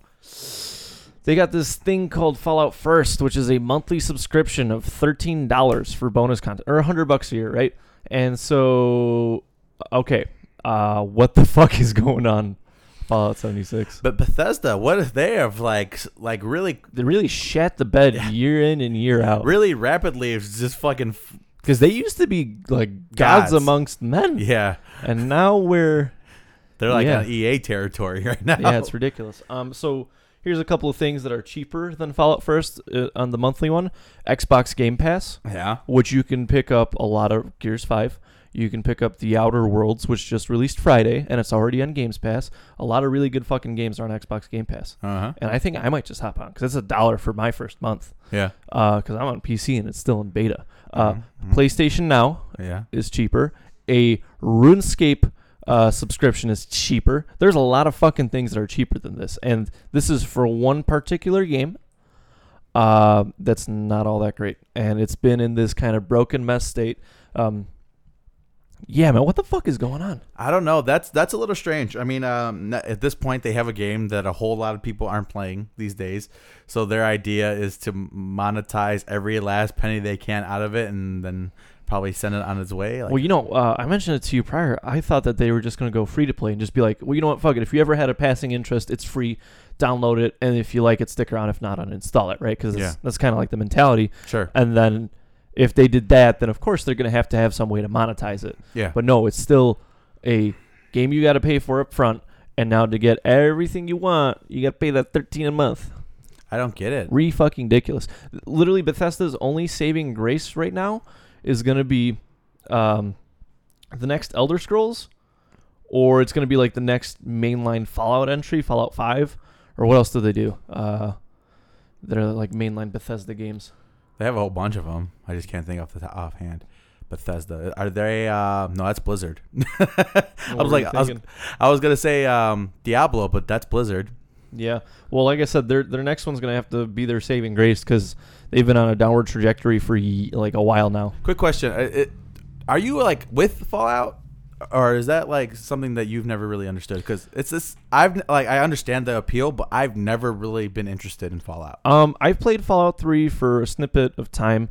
S3: They got this thing called Fallout First, which is a monthly subscription of thirteen dollars for bonus content, or hundred bucks a year, right? And so, okay, uh, what the fuck is going on? Fallout seventy six.
S1: But Bethesda, what if they have like s- like really
S3: They really shat the bed year in and year out
S1: really rapidly it's just fucking f-
S3: because they used to be like gods,
S1: Gods.
S3: amongst men,
S1: yeah.
S3: and now we're
S1: They're like
S3: Yeah.
S1: on EA territory right now.
S3: Yeah, it's ridiculous. Um, so here's a couple of things that are cheaper than Fallout First uh, on the monthly one: Xbox Game Pass,
S1: yeah.
S3: which you can pick up a lot of Gears Five. You can pick up The Outer Worlds, which just released Friday, and it's already on Games Pass. A lot of really good fucking games are on Xbox Game Pass,
S1: Uh-huh.
S3: and I think I might just hop on because it's a dollar for my first month
S1: Yeah.
S3: because I'm on PC and it's still in beta. Uh,
S1: Mhm.
S3: PlayStation Now
S1: Yeah.
S3: is cheaper. A RuneScape uh, subscription is cheaper. There's a lot of fucking things that are cheaper than this, and this is for one particular game. Uh, that's not all that great, and it's been in this kind of broken mess state. Um, yeah, man, what the fuck is going on?
S1: I don't know. That's that's a little strange. I mean, um, n- at this point, they have a game that a whole lot of people aren't playing these days. So their idea is to monetize every last penny they can out of it, and then probably send it on its way. Like,
S3: well, you know, uh, I mentioned it to you prior. I thought that they were just going to go free to play and just be like, well, you know what, fuck it. If you ever had a passing interest, it's free. Download it, and if you like it, stick around. If not, uninstall it, right? Because
S1: Yeah.
S3: that's kind of like the mentality.
S1: sure.
S3: and then if they did that, then of course they're going to have to have some way to monetize it.
S1: Yeah.
S3: But no, it's still a game you got to pay for up front, and now to get everything you want, you got to pay that thirteen a month.
S1: I don't get it.
S3: Re fucking ridiculous. Literally, Bethesda's only saving grace right now is going to be um, the next Elder Scrolls, or it's going to be like the next mainline Fallout entry, Fallout Five, or what else do they do? Uh, they're like mainline Bethesda games.
S1: They have a whole bunch of them. I just can't think off the top offhand. Bethesda. Are they? Uh, no, that's Blizzard. I
S3: What
S1: was
S3: were you
S1: like, I was,
S3: thinking?
S1: I was gonna say um, Diablo, but that's Blizzard.
S3: Yeah. Well, like I said, their their next one's gonna have to be their saving grace because they've been on a downward trajectory for ye- like a while now.
S1: Quick question: Uh, it- Are you like with Fallout, or is that like something that you've never really understood? Because it's this. I've like I understand the appeal, but I've never really been interested in Fallout.
S3: Um, I've played Fallout Three for a snippet of time,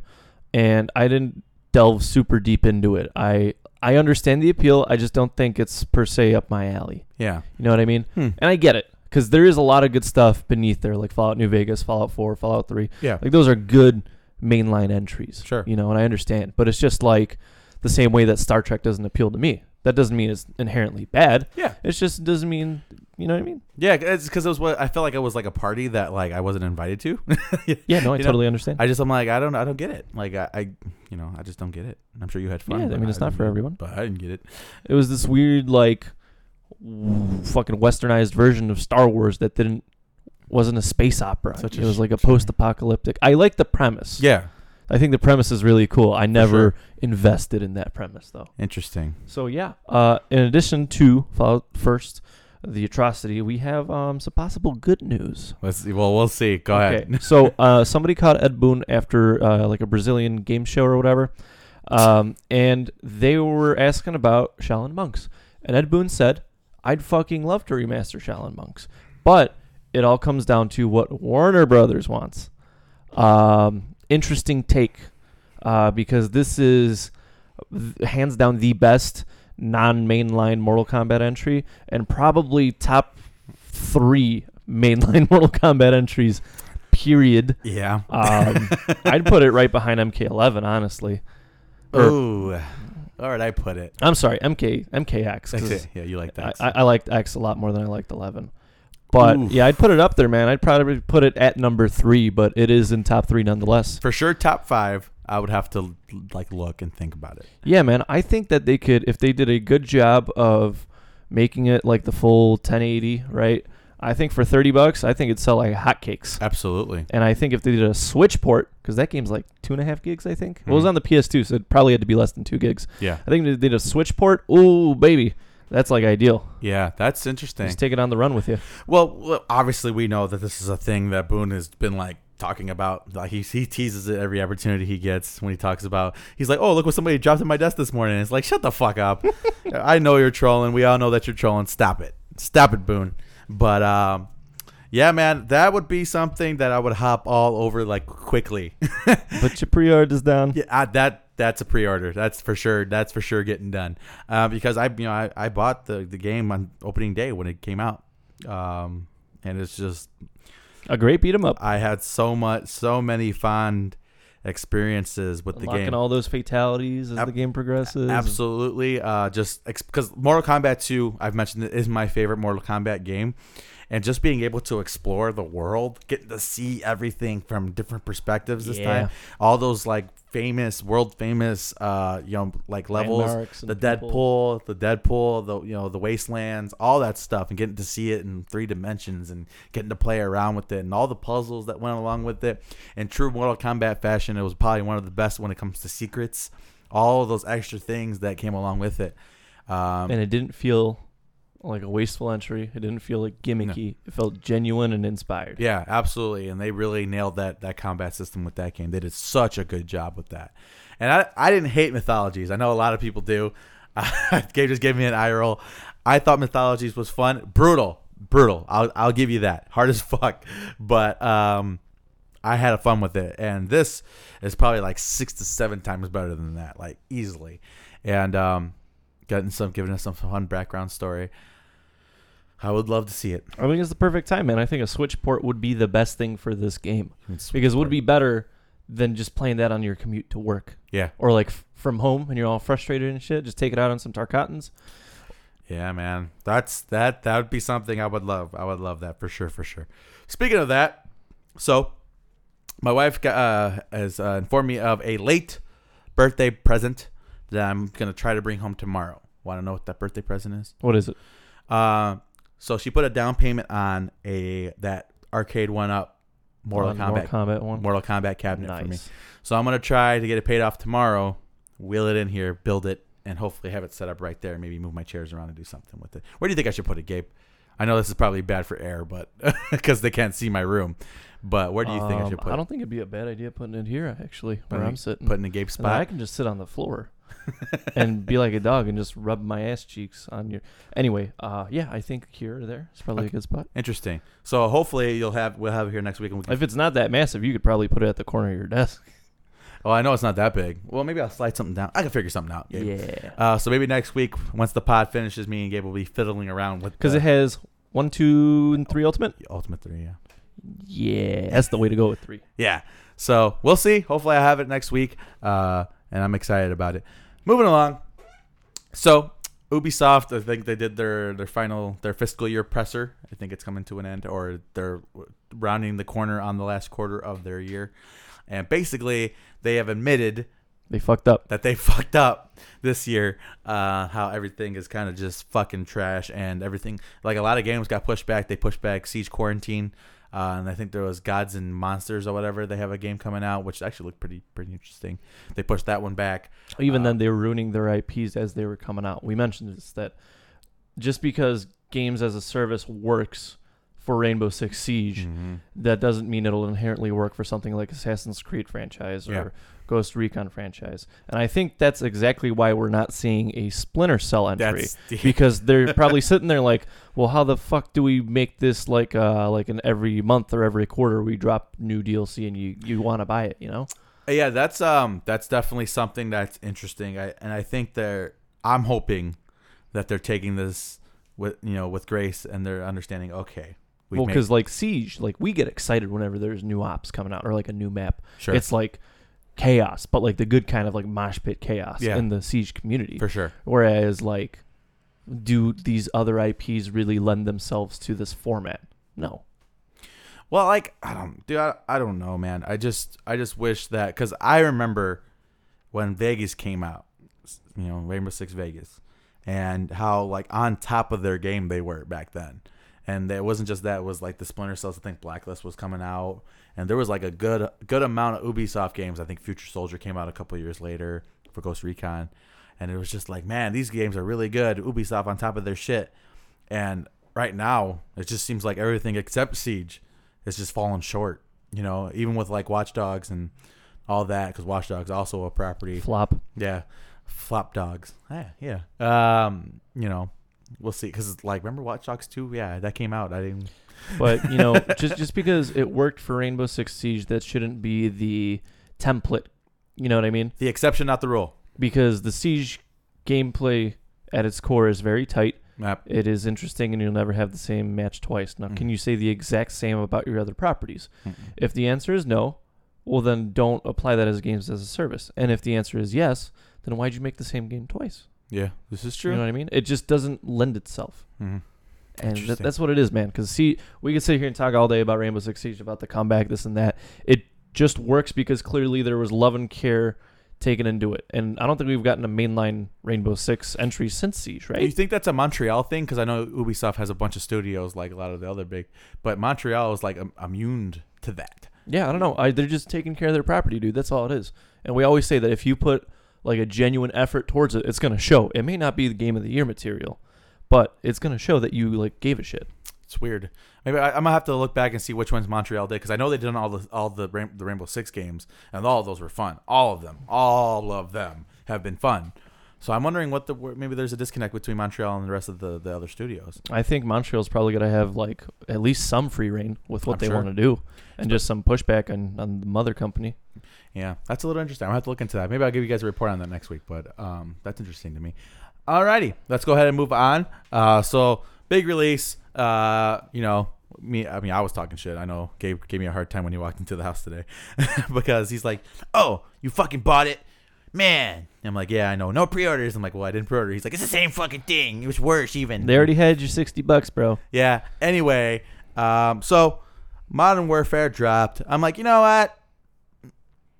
S3: and I didn't delve super deep into it. I I understand the appeal. I just don't think it's per se up my alley.
S1: Yeah.
S3: You know what I mean?
S1: Hmm.
S3: And I get it because there is a lot of good stuff beneath there, like Fallout New Vegas, Fallout Four, Fallout Three.
S1: Yeah.
S3: Like those are good mainline entries.
S1: Sure.
S3: You know, and I understand. But it's just like the same way that Star Trek doesn't appeal to me. That doesn't mean it's inherently bad.
S1: Yeah.
S3: It's just doesn't mean you know what I mean?
S1: Yeah. It's because it was what I felt like it was like a party that like I wasn't invited to.
S3: Yeah, no, I
S1: You know,
S3: totally understand.
S1: I just I'm like I don't I don't get it. Like I, I you know I just don't get it. I'm sure you had fun.
S3: Yeah, I
S1: but
S3: mean, it's not
S1: didn't
S3: for
S1: get it.
S3: everyone.
S1: But I didn't get it.
S3: it was this weird like w- fucking westernized version of Star Wars that didn't wasn't a space opera.
S1: Such a
S3: it was
S1: sh-
S3: like a
S1: shame.
S3: post-apocalyptic. I like the premise.
S1: Yeah,
S3: I think the premise is really cool. I never
S1: sure.
S3: invested in that premise though.
S1: interesting.
S3: So yeah, uh, in addition to Fallout First, the atrocity, we have um, some possible good news.
S1: Let's see. Well, we'll see. Go ahead.
S3: so uh, somebody caught Ed Boon after uh, like a Brazilian game show or whatever, Um, and they were asking about Shaolin Monks. And Ed Boon said, I'd fucking love to remaster Shaolin Monks. But it all comes down to what Warner Brothers wants. Um, interesting take uh, because this is th- hands down the best non-mainline Mortal Kombat entry and probably top three mainline Mortal Kombat entries. Period.
S1: Yeah.
S3: Um, I'd put it right behind MK11, honestly. Or-
S1: Ooh. All right, I put it.
S3: I'm sorry, MK MKX. 'cause
S1: That's it. Yeah, you like that.
S3: I, I liked X a lot more than I liked 11. But
S1: Oof.
S3: yeah, I'd put it up there, man. I'd probably put it at number three, but it is in top three nonetheless.
S1: For sure, top five. I would have to like look and think about it.
S3: Yeah, man. I think that they could, if they did a good job of making it like the full 1080, right? I think for 30 bucks, I think it'd sell like hotcakes.
S1: Absolutely.
S3: And I think if they did a Switch port, because that game's like two and a half gigs, I think. Well, it was
S1: Mhm.
S3: on the PS2, so it probably had to be less than two gigs.
S1: Yeah.
S3: I think if they did a Switch port. Ooh, baby. That's like ideal.
S1: Yeah, that's interesting.
S3: Just take it on the run with you.
S1: Well, well, obviously we know that this is a thing that Boone has been like talking about. Like he he teases it every opportunity he gets when he talks about. He's like, "Oh, look what somebody dropped in my desk this morning." It's like, "Shut the fuck up." I know you're trolling. We all know that you're trolling. Stop it. Stop it, Boone. But um yeah, man, that would be something that I would hop all over like quickly.
S3: Put your pre orders down.
S1: Yeah, I, that that's a pre-order. That's for sure. That's for sure getting done. Uh, because I you know I, I bought the the game on opening day when it came out. Um, and it's just
S3: A great beat 'em up.
S1: I had so much so many fond experiences with the
S3: Unlocking
S1: game.
S3: all those fatalities as
S1: Ab-
S3: the game progresses.
S1: Absolutely. Uh, just because Mortal Kombat 2, I've mentioned it, is my favorite Mortal Kombat game. And just being able to explore the world, getting to see everything from different perspectives this
S3: Yeah.
S1: time. All those like famous, world famous, uh, you know, like levels,
S3: Landmarks and
S1: the
S3: people.
S1: Deadpool, the Deadpool, the you know, the wastelands, all that stuff, and getting to see it in three dimensions and getting to play around with it and all the puzzles that went along with it. In true Mortal Kombat fashion, it was probably one of the best when it comes to secrets all of those extra things that came along with it. Um,
S3: And it didn't feel like a wasteful entry. It didn't feel like gimmicky. It felt genuine and inspired.
S1: yeah, absolutely. And they really nailed that that combat system with that game. They did such a good job with that. And I I didn't hate mythologies. I know a lot of people do. Gabe just gave me an eye roll. I thought mythologies was fun, brutal, brutal. I'll I'll give you that. Hard as fuck, but um, I had fun with it. And this is probably like six to seven times better than that, like easily. And um, getting some giving us some fun background story. I would love to see it.
S3: I think it's the perfect time, man. I think a Switch port would be the best thing for this game because it would be better than just playing that on your commute to work
S1: yeah,
S3: or like f- from home and you're all frustrated and shit. Just take it out on some Tarkatans.
S1: Yeah, man. That's that that would be something I would love. I would love that for sure, for sure. Speaking of that, so my wife got, uh, has uh, informed me of a late birthday present that I'm going to try to bring home tomorrow. Want to know what that birthday present is?
S3: What is it?
S1: Uh, so she put a down payment on a that arcade one up Mortal
S3: One-
S1: Kombat
S3: Uh, Mortal Kombat one.
S1: Mortal Kombat cabinet for me.
S3: Nice.
S1: So I'm gonna try to get it paid off tomorrow, wheel it in here, build it, and hopefully have it set up right there. Maybe move my chairs around and do something with it. Where do you think I should put it, Gabe? I know this is probably bad for air, but because they can't see my room. But where do you think I
S3: Um,
S1: should put
S3: I
S1: it?
S3: don't think it'd be a bad idea putting it here actually, where
S1: Putting-
S3: I'm sitting.
S1: Put it in the Gabe
S3: And then I
S1: spot.
S3: can just sit on the floor and be like a dog and just rub my ass cheeks on your. Anyway, uh, yeah, I think here or there is probably a good spot.
S1: Interesting. So hopefully you'll have we'll have it here next week. And we can,
S3: If it's not that massive, you could probably put it at the corner of your desk.
S1: oh, I know it's not that big. Well, maybe I'll slide something down. I can figure something out. Gabe.
S3: Yeah,
S1: Uh, so maybe next week, once the pod finishes, me and Gabe will be fiddling around with
S3: because
S1: the
S3: it has one, two, and three ultimate.
S1: Ultimate Three. Yeah.
S3: Yeah, that's the way to go with three.
S1: yeah. So we'll see. Hopefully, I have it next week, uh, and I'm excited about it. Moving along. So Ubisoft, I think they did their their final their fiscal year presser. I think it's coming to an end, or they're rounding the corner on the last quarter of their year, and basically they have admitted
S3: They fucked up.
S1: that they fucked up this year. Uh, how everything is kind of just fucking trash, and everything like a lot of games got pushed back. They pushed back Siege Quarantine, uh, and I think there was Gods and Monsters or whatever. They have a game coming out which actually looked pretty pretty interesting. They pushed that one back.
S3: Even
S1: Uh,
S3: then, they were ruining their IPs as they were coming out. We mentioned this that just because games as a service works for Rainbow Six Siege,
S1: Mhm.
S3: that doesn't mean it'll inherently work for something like Assassin's Creed franchise or
S1: Yeah.
S3: Ghost Recon franchise. And I think that's exactly why we're not seeing a Splinter Cell entry
S1: That's
S3: because they're probably sitting there like, well, how the fuck do we make this like uh like an every month or every quarter we drop new DLC and you you want to buy it, you know?
S1: yeah that's um that's definitely something that's interesting I, and i think they're i'm hoping that they're taking this with you know with grace and they're understanding okay we
S3: well, because like Siege, like we get excited whenever there's new ops coming out or like a new map.
S1: sure
S3: It's like chaos, but like the good kind of like mosh pit chaos
S1: Yeah.
S3: in the Siege community.
S1: for sure
S3: Whereas, like, do these other IPs really lend themselves to this format? No.
S1: Well, like I don't, dude. I, I don't know, man. I just, I just wish that because I remember when Vegas came out, s- you know, Rainbow Six Vegas, and how like on top of their game they were back then. And it wasn't just that; it was like the Splinter Cells. I think Blacklist was coming out, and there was like a good, good amount of Ubisoft games. I think Future Soldier came out a couple years later for Ghost Recon, and it was just like, man, these games are really good. Ubisoft on top of their shit, and right now it just seems like everything except Siege it's just fallen short. You know, even with like Watch Dogs and all that, because Watch Dogs also a property.
S3: Flop.
S1: Yeah, Flop Dogs. Ah, Yeah, yeah. Um, you know, we'll see. Because like, remember Watch Dogs two? Yeah, that came out. I didn't.
S3: But, you know, just, just because it worked for Rainbow Six Siege, that shouldn't be the template. You know what I mean?
S1: The exception, not the rule.
S3: Because the Siege gameplay at its core is very tight.
S1: Yep.
S3: It is interesting, and you'll never have the same match twice. Now, can
S1: Mhm.
S3: you say the exact same about your other properties? If the answer is no, well, then don't apply that as games as a service. And if the answer is yes, then why'd you make the same game twice?
S1: Yeah, this is
S3: You know what I mean? It just doesn't lend itself.
S1: hmm
S3: And that,
S1: Interesting.
S3: that's what it is, man. Because, see, we could sit here and talk all day about Rainbow Six Siege, about the comeback, this and that. It just works because clearly there was love and care taken into it. And I don't think we've gotten a mainline Rainbow Six entry since Siege,
S1: You
S3: right?
S1: think that's a Montreal thing? Because I know Ubisoft has a bunch of studios, like a lot of the other big, but Montreal is like um, immune to that.
S3: Yeah, I don't know. I, they're just taking care of their property, dude. That's all it is. And we always say that if you put like a genuine effort towards it, it's going to show. It may not be the game of the year material, but it's going to show that you like gave a shit.
S1: It's weird. Maybe I, I'm gonna have to look back and see which ones Montreal did because I know they did all the all the Rain, the Rainbow Six games, and all of those were fun. All of them, all of them have been fun. So I'm wondering what the where- maybe there's a disconnect between Montreal and the rest of the, the other studios.
S3: I think Montreal's probably going to have like at least some free reign with what
S1: I'm
S3: they
S1: sure.
S3: want to do, and just some pushback on, on the mother company.
S1: Yeah, that's a little interesting. I'll have to look into that. Maybe I'll give you guys a report on that next week. But um, that's interesting to me. Alrighty, let's go ahead and move on. Uh, so big release. Uh, you know, me. I mean, I was talking shit. I know Gabe gave me a hard time when he walked into the house today because he's like, "Oh, you fucking bought it." Man, I'm like, yeah, I know. No pre-orders. I'm like, well, I didn't pre-order. He's like, it's the same fucking thing. It was worse even.
S3: They already had your sixty bucks, bro.
S1: Yeah. Anyway, um, so Modern Warfare dropped. I'm like, you know what?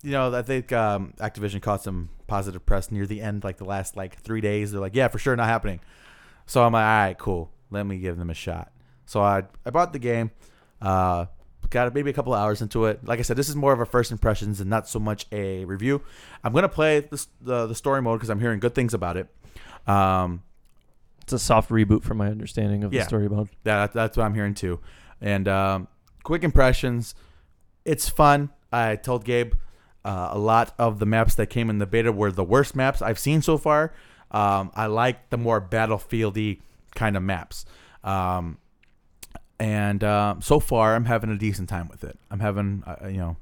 S1: You know, I think um, Activision caught some positive press near the end, like the last like three days. They're like, yeah, for sure, not happening. So I'm like, all right, cool. Let me give them a shot. So I I bought the game. Uh, got maybe a couple of hours into it. Like I said, this is more of a first impressions and not so much a review. I'm gonna play this, the the story mode because I'm hearing good things about it. Um,
S3: It's a soft reboot, from my understanding of
S1: Yeah.
S3: the story mode.
S1: that that's what I'm hearing too. And um, quick impressions, it's fun. I told Gabe uh, a lot of the maps that came in the beta were the worst maps I've seen so far. Um, I like the more battlefieldy kind of maps. Um, and um, so far, I'm having a decent time with it. I'm having, uh, you know,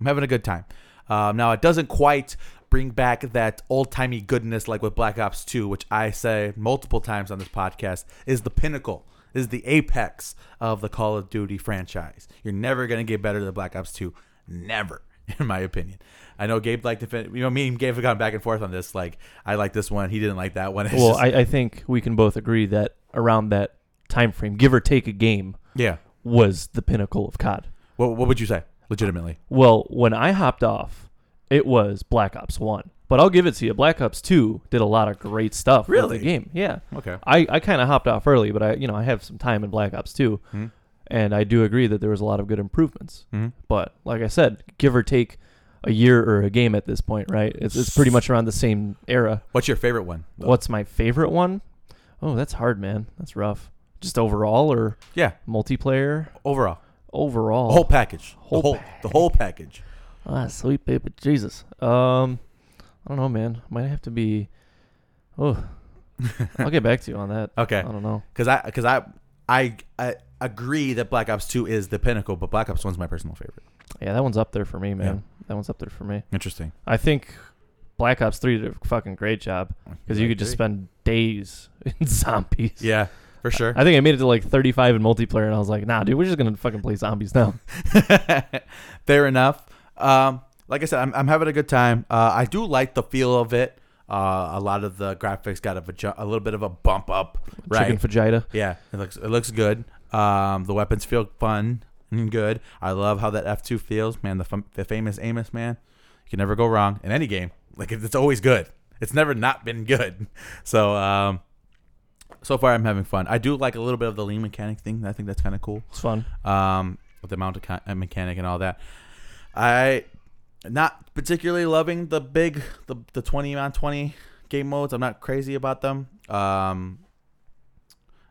S1: I'm having a good time. Um, now, it doesn't quite bring back that old timey goodness like with Black Ops 2, which I say multiple times on this podcast is the pinnacle, is the apex of the Call of Duty franchise. You're never going to get better than Black Ops 2. Never, in my opinion. I know Gabe liked it. You know, me and Gabe have gone back and forth on this. Like, I like this one. He didn't like that one. It's
S3: well,
S1: just-
S3: I, I think we can both agree that around that time frame, give or take a game,
S1: yeah.
S3: was the pinnacle of COD.
S1: What, what would you say, legitimately?
S3: Well, when I hopped off, it was Black Ops One. But I'll give it to you. Black Ops Two did a lot of great stuff. with
S1: Really?
S3: the game, yeah.
S1: Okay.
S3: I, I kind of hopped off early, but I you know I have some time in Black Ops 2,
S1: Hmm.
S3: and I do agree that there was a lot of good improvements.
S1: Mm-hmm.
S3: But like I said, give or take a year or a game at this point, right? It's, it's pretty much around the same era.
S1: What's your favorite one? though?
S3: What's my favorite one? Oh, that's hard, man. That's rough. just overall or
S1: Yeah, Oh,
S3: multiplayer
S1: overall, the
S3: overall.
S1: whole package,
S3: Oh. Whole
S1: the whole the whole package.
S3: Ah, sweet baby Jesus. Um, I don't know, man. Might have to be. Oh, I'll get back to you on that. I
S1: Okay,
S3: don't know.
S1: because Oh. I because I, I I agree that Black Ops Two is the pinnacle, but Black Ops One's my personal favorite.
S3: Yeah, that one's up there for me, man. That one's up there for me.
S1: Interesting.
S3: I think Black Ops Three did a fucking great job because you could just spend days in zombies.
S1: Yeah, for sure.
S3: I think I made it to like 35 in multiplayer, and I was like, "Nah, dude, we're just gonna fucking play zombies now."
S1: Fair enough. Um, like I said, I'm, I'm having a good time. Uh, I do like the feel of it. Uh, a lot of the graphics got a, vagi- a little bit of a bump up, right?
S3: Chicken fajita.
S1: Yeah, it looks it looks good. Um, the weapons feel fun and good. I love how that F two feels, man. The, fam- the famous Amos, man. You can never go wrong in any game. Like it's it's always good. It's never not been good. So um, so far I'm having fun. I do like a little bit of the lean mechanic thing. I think that's kind of cool
S3: It's fun.
S1: um, with the mount eco- uh, mechanic and all that. I not particularly loving the big the, the twenty on twenty game modes. I'm not crazy about them. Um,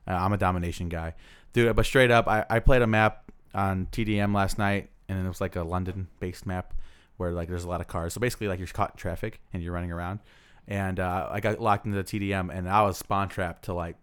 S1: uh, I'm a domination guy, dude. But straight up, I, I played a map on TDM last night, and it was like a London based map where like there's a lot of cars. So basically, like you're caught in traffic and you're running around. And uh, I got locked into the TDM, and I was spawn trapped to like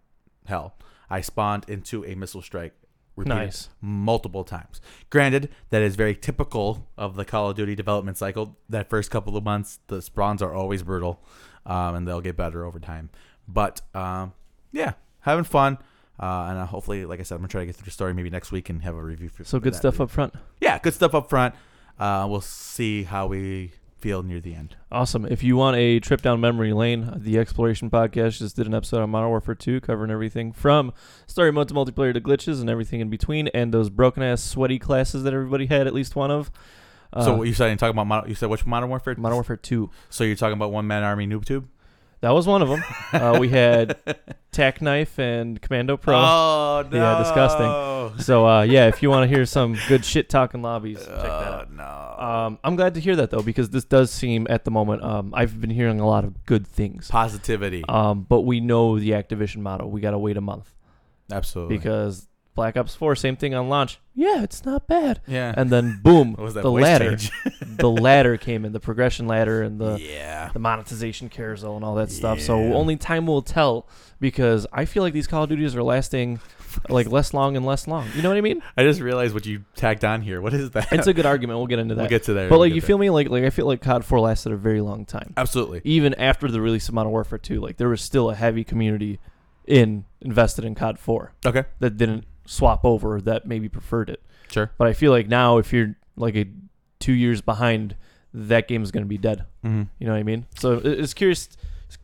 S1: hell. I spawned into a missile strike. repeated-
S3: Nice.
S1: multiple times. Granted, that is very typical of the Call of Duty development cycle. That first couple of months, the spawns are always brutal, um, and they'll get better over time. But um, yeah, having fun, uh, and uh, hopefully, like I said, I'm gonna try to get through the story maybe next week and have a review for.
S3: So
S1: for
S3: good
S1: that
S3: stuff
S1: review.
S3: up front.
S1: Yeah, good stuff up front. Uh, we'll see how we feel near the end.
S3: Awesome. If you want a trip down memory lane, the Exploration Podcast just did an episode on Modern Warfare 2 covering everything from story mode to multiplayer to glitches and everything in between and those broken ass sweaty classes that everybody had at least one of. Uh,
S1: so what you said, you talking about modern, you said which Modern Warfare?
S3: Modern Warfare 2.
S1: So you're talking about one man army noob tube?
S3: That was one of them. uh, we had Tack Knife and Commando Pro.
S1: Oh no!
S3: Yeah, disgusting. So, uh, yeah, if you want to hear some good shit talking lobbies, check that out.
S1: Oh no!
S3: Um, I'm glad to hear that though, because this does seem at the moment. Um, I've been hearing a lot of good things.
S1: Positivity.
S3: Um, but we know the Activision model. We gotta wait a month
S1: Absolutely.
S3: because Black Ops Four, same thing on launch. Yeah, it's not bad.
S1: yeah.
S3: And then boom,
S1: What was that
S3: the
S1: voice
S3: ladder,
S1: change?
S3: the ladder came in, the progression ladder and the
S1: yeah.
S3: the monetization carousel and all that stuff. So
S1: Yeah.
S3: only time will tell because I feel like these Call of Duties are lasting like less long and less long. You know what I mean?
S1: I just realized what you tagged on here. What is that?
S3: It's a good argument. We'll get into that.
S1: we'll get to there.
S3: but
S1: We'll
S3: like
S1: get
S3: you
S1: there.
S3: feel me? Like like I feel like COD Four lasted a very long time.
S1: absolutely.
S3: even after the release of Modern Warfare 2, like there was still a heavy community in invested in COD 4
S1: Okay.
S3: that didn't swap over that maybe preferred it.
S1: Sure.
S3: But I feel like now if you're like a two years behind, that game is going to be dead.
S1: Mm-hmm.
S3: You know what I mean? So it- it's curious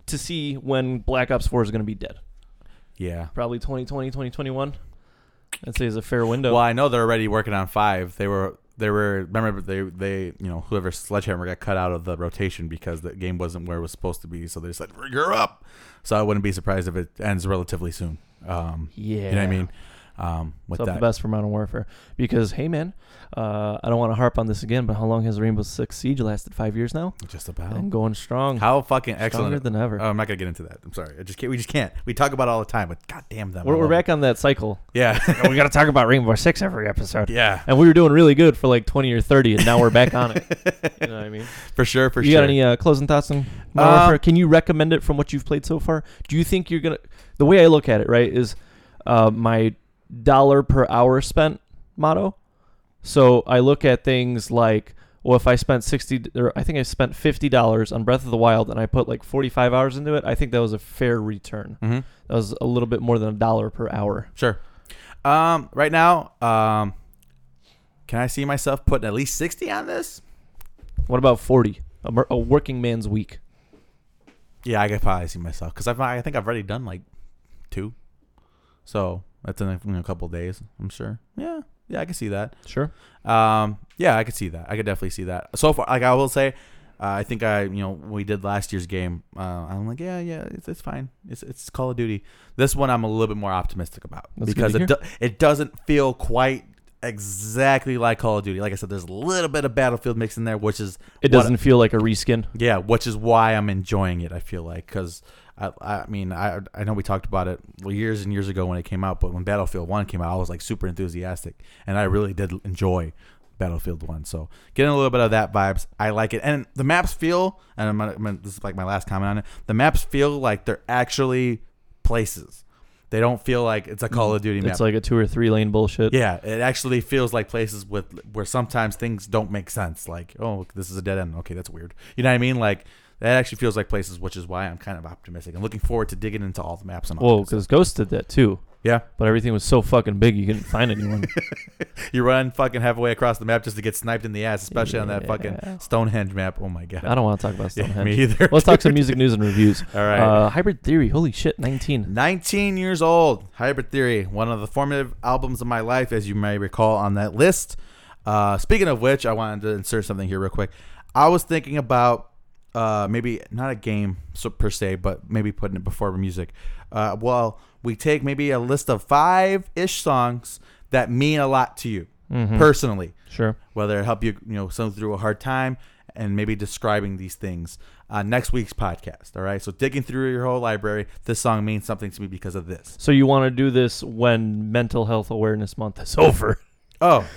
S3: to see when Black Ops 4 is going to be dead.
S1: Yeah.
S3: Probably 2020, 2021. I'd say is a fair window.
S1: Well, I know they're already working on five. They were. They were. Remember, they they you know whoever Sledgehammer got cut out of the rotation because the game wasn't where it was supposed to be. So they said, "You're up." So I wouldn't be surprised if it ends relatively soon. Um,
S3: yeah.
S1: You know what I mean? Um, with
S3: So the
S1: that,
S3: best for Modern Warfare because hey man, uh, I don't want to harp on this again, but how long has Rainbow Six Siege lasted? Five years now.
S1: just
S3: I'm
S1: about
S3: going strong.
S1: how fucking
S3: Stronger
S1: excellent.
S3: than ever.
S1: Oh, I'm not gonna get into that. I'm sorry. I just can't. We just can't. We talk about it all the time, but goddamn them. I
S3: we're, we're
S1: love
S3: back on that cycle.
S1: it. Yeah.
S3: we got to talk about Rainbow Six every episode.
S1: yeah.
S3: And we were doing really good for like 20 or 30, and now we're back on it. You know what I mean?
S1: For sure. For
S3: you
S1: sure.
S3: got any uh, closing thoughts on Modern
S1: Uh,
S3: Warfare? Can you recommend it from what you've played so far? Do you think you're going to. The way I look at it, right, is uh, my dollar per hour spent motto. So I look at things like. Well, if I spent sixty, d- or I think I spent fifty dollars on Breath of the Wild, and I put like forty-five hours into it, I think that was a fair return.
S1: hmm
S3: That was a little bit more than a dollar per hour.
S1: Sure. Um, right now, um, can I see myself putting at least sixty on this?
S3: What about 40? A, mer- a working man's week.
S1: Yeah, I could probably see myself because I think I've already done like two, so that's in a, in a couple days. I'm sure. Yeah. Yeah, I can see that.
S3: Sure.
S1: Um, yeah, I could see that. I could definitely see that. So far, like I will say, uh, I think I, you know, we did last year's game. Uh, I'm like, yeah, yeah, it's, it's fine. It's it's Call of Duty. This one I'm a little bit more optimistic about
S3: That's good
S1: because
S3: to
S1: it do, it doesn't feel quite exactly like Call of Duty. Like I said, there's a little bit of Battlefield mixed in there, which is
S3: It
S1: what-
S3: doesn't feel like a reskin.
S1: yeah, which is why I'm enjoying it. I feel like because I, I mean, I I know we talked about it years and years ago when it came out, but when Battlefield One came out, I was like super enthusiastic, and I really did enjoy Battlefield One. So getting a little bit of that vibes, I like it, and the maps feel. And I'm, gonna- I'm gonna- this is like my last comment on it. The maps feel like they're actually places. They don't feel like it's a Call of Duty map.
S3: It's like a two or three lane bullshit.
S1: Yeah, it actually feels like places with where sometimes things don't make sense. Like, oh, this is a dead end. Okay, that's weird. You know what I mean? Like that actually feels like places, which is why I'm kind of optimistic. I'm looking forward to digging into all the maps and all.
S3: Well,
S1: that stuff.
S3: because Ghost did that too,
S1: yeah,
S3: but everything was so fucking big you couldn't find anyone.
S1: you run fucking halfway across the map just to get sniped in the ass, especially on that
S3: Yeah.
S1: fucking Stonehenge map. Oh my god.
S3: I don't want to talk about
S1: Yeah,
S3: Stonehenge.
S1: me either.
S3: Let's talk some music news and reviews.
S1: All right.
S3: Uh, Hybrid Theory, holy shit, 19.
S1: 19 years old, Hybrid Theory, one of the formative albums of my life, as you may recall on that list. Uh, speaking of which, I wanted to insert something here real quick. I was thinking about uh, maybe not a game so, per se, but maybe putting it before music. Uh, well, we take maybe a list of five ish songs that mean a lot to you personally
S3: Sure.
S1: whether it help you you know some through a hard time and maybe describing these things on next week's podcast all right so digging through your whole library this song means something to me because of this
S3: So you want to do this when Mental Health Awareness Month is over?
S1: oh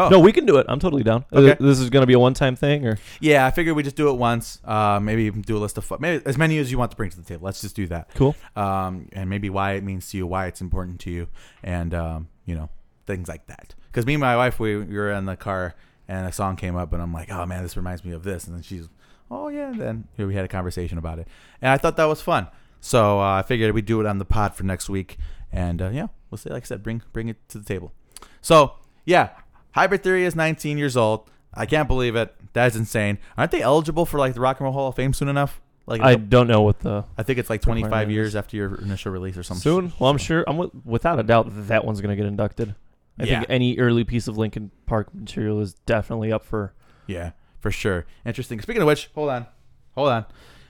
S1: Oh.
S3: No, we can do it. I'm totally down.
S1: Okay.
S3: Uh, This is going to be a one-time thing, or
S1: yeah i figured we just do it once uh, maybe even do a list of fu- maybe as many as you want to bring to the table let's just do that
S3: cool.
S1: um, and maybe why it means to you why it's important to you and um, you know things like that because me and my wife we, we were in the car and a song came up and i'm like oh man this reminds me of this and then she's oh yeah and then you know, we had a conversation about it and i thought that was fun so uh, i figured we'd do it on the pod for next week and uh, yeah we'll say like i said bring bring it to the table so yeah hybrid theory is 19 years old i can't believe it that's insane aren't they eligible for like the rock and roll hall of fame soon enough like
S3: I don't know what the
S1: I think it's like 25 years after your initial release or something.
S3: soon. Well, I'm sure. I'm wi- without a doubt that one's going to get inducted. I
S1: Yeah.
S3: think any early piece of Lincoln Park material is definitely up for.
S1: Yeah, for sure. Interesting. Speaking of which, hold on, hold on.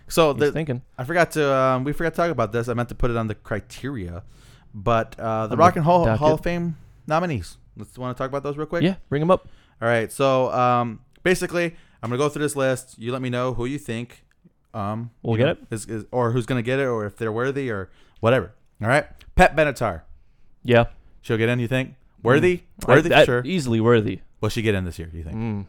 S1: So
S3: He's
S1: the,
S3: thinking.
S1: I forgot to um, we forgot to talk about this. I meant to put it on the criteria, but uh, the
S3: On
S1: Rock
S3: the
S1: and Hall
S3: docket.
S1: Hall of Fame nominees. Let's want to talk about those real quick.
S3: Yeah, bring him up.
S1: All right. So um, basically, I'm gonna go through this list. You let me know who you think. Um,
S3: We'll
S1: you
S3: get
S1: know, is- is- or who's gonna get it, or if they're worthy, or whatever. All right. Pat Benatar,
S3: Yeah,
S1: she'll get in. You think worthy?
S3: Mm. I-
S1: Worthy,
S3: that-
S1: sure.
S3: easily worthy.
S1: Will she get in this year? Do you think?
S3: Mm,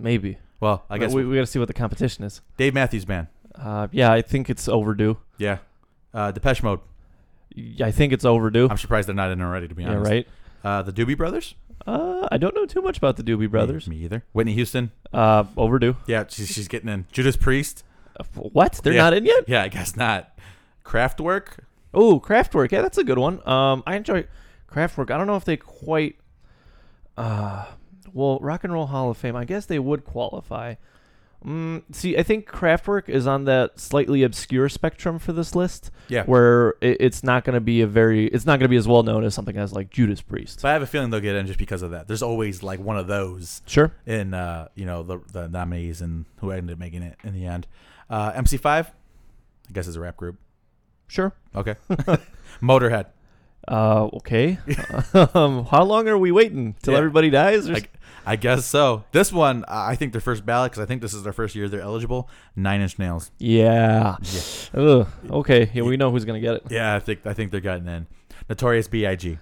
S3: maybe.
S1: Well, I
S3: But
S1: guess
S3: we, we got to see what the competition is.
S1: Dave Matthews Band.
S3: Uh, yeah, I think it's overdue.
S1: Yeah. Uh, Depeche Mode.
S3: Y- I think it's overdue.
S1: I'm surprised they're not in already, to be
S3: yeah,
S1: honest.
S3: right.
S1: Uh, the Doobie Brothers.
S3: Uh, I don't know too much about the
S1: Mm.
S3: Doobie Brothers.
S1: Me, me either. Whitney Houston.
S3: Uh, overdue.
S1: Yeah, she's, she's getting in. Judas Priest.
S3: Uh, f- What? They're
S1: Yeah.
S3: not in yet?
S1: Yeah, I guess not. Kraftwerk.
S3: Oh, Kraftwerk. Yeah, that's a good one. Um, I enjoy Kraftwerk. I don't know if they quite. Uh, well, Rock and Roll Hall of Fame. I guess they would qualify. Mm, see, I think Kraftwerk is on that slightly obscure spectrum for this list,
S1: Yeah.
S3: where it, it's not going to be a very, it's not going to be as well known as something as like Judas Priest.
S1: So I have a feeling they'll get in just because of that. There's always like one of those
S3: Sure.
S1: in uh, you know the the nominees and who ended up making it in the end. Uh, MC5. I guess it's a rap group.
S3: Sure.
S1: Okay. Motorhead.
S3: Uh, okay. um, how long are we waiting till
S1: Yeah.
S3: everybody dies? Or
S1: I, I guess so. This one, I I think their first ballot because I think this is their first year they're eligible. Nine Inch Nails.
S3: Yeah. Ugh. Okay. Yeah, we know who's gonna get it.
S1: Yeah, I think I think they're gotten in. Notorious B.I.G.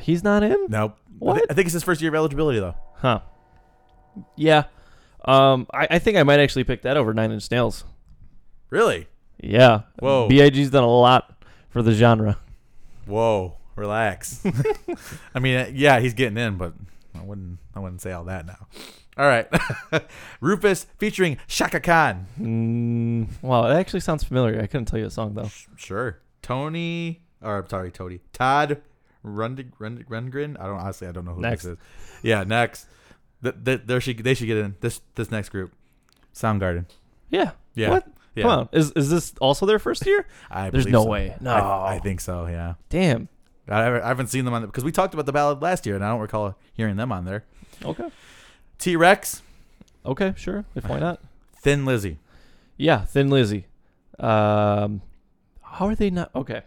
S3: He's not in.
S1: Nope. I, thi-
S3: What?
S1: I think it's his first year of eligibility though.
S3: Huh. Yeah. Um. I, I think I might actually pick that over Nine Inch Nails.
S1: Really?
S3: Yeah.
S1: Whoa.
S3: Big's done a lot for the genre.
S1: Whoa. Relax. I mean, uh, yeah, he's getting in, but I wouldn't I wouldn't say all that now. All right. Rufus featuring Shaka Khan.
S3: Mm, wow. That actually sounds familiar. I couldn't tell you the song though.
S1: Sure. Tony or I'm sorry, Tony. Todd Rund- Rund- Rundgren. I don't honestly I don't know who
S3: Next.
S1: this is. Yeah, next. Th- th- there should they should get in this this next group. Soundgarden.
S3: Yeah.
S1: Yeah.
S3: What?
S1: Yeah.
S3: Come on. Is is this also their first year?
S1: I
S3: There's
S1: believe
S3: no
S1: so.
S3: way. No.
S1: I, I think so, yeah.
S3: Damn.
S1: I haven't- I haven't seen them on the because we talked about the ballad last year, and I don't recall hearing them on there.
S3: Okay.
S1: T Rex,
S3: Okay. Sure. If why not?
S1: Thin Lizzy.
S3: Yeah. Thin Lizzy. Um. How are they not? Okay.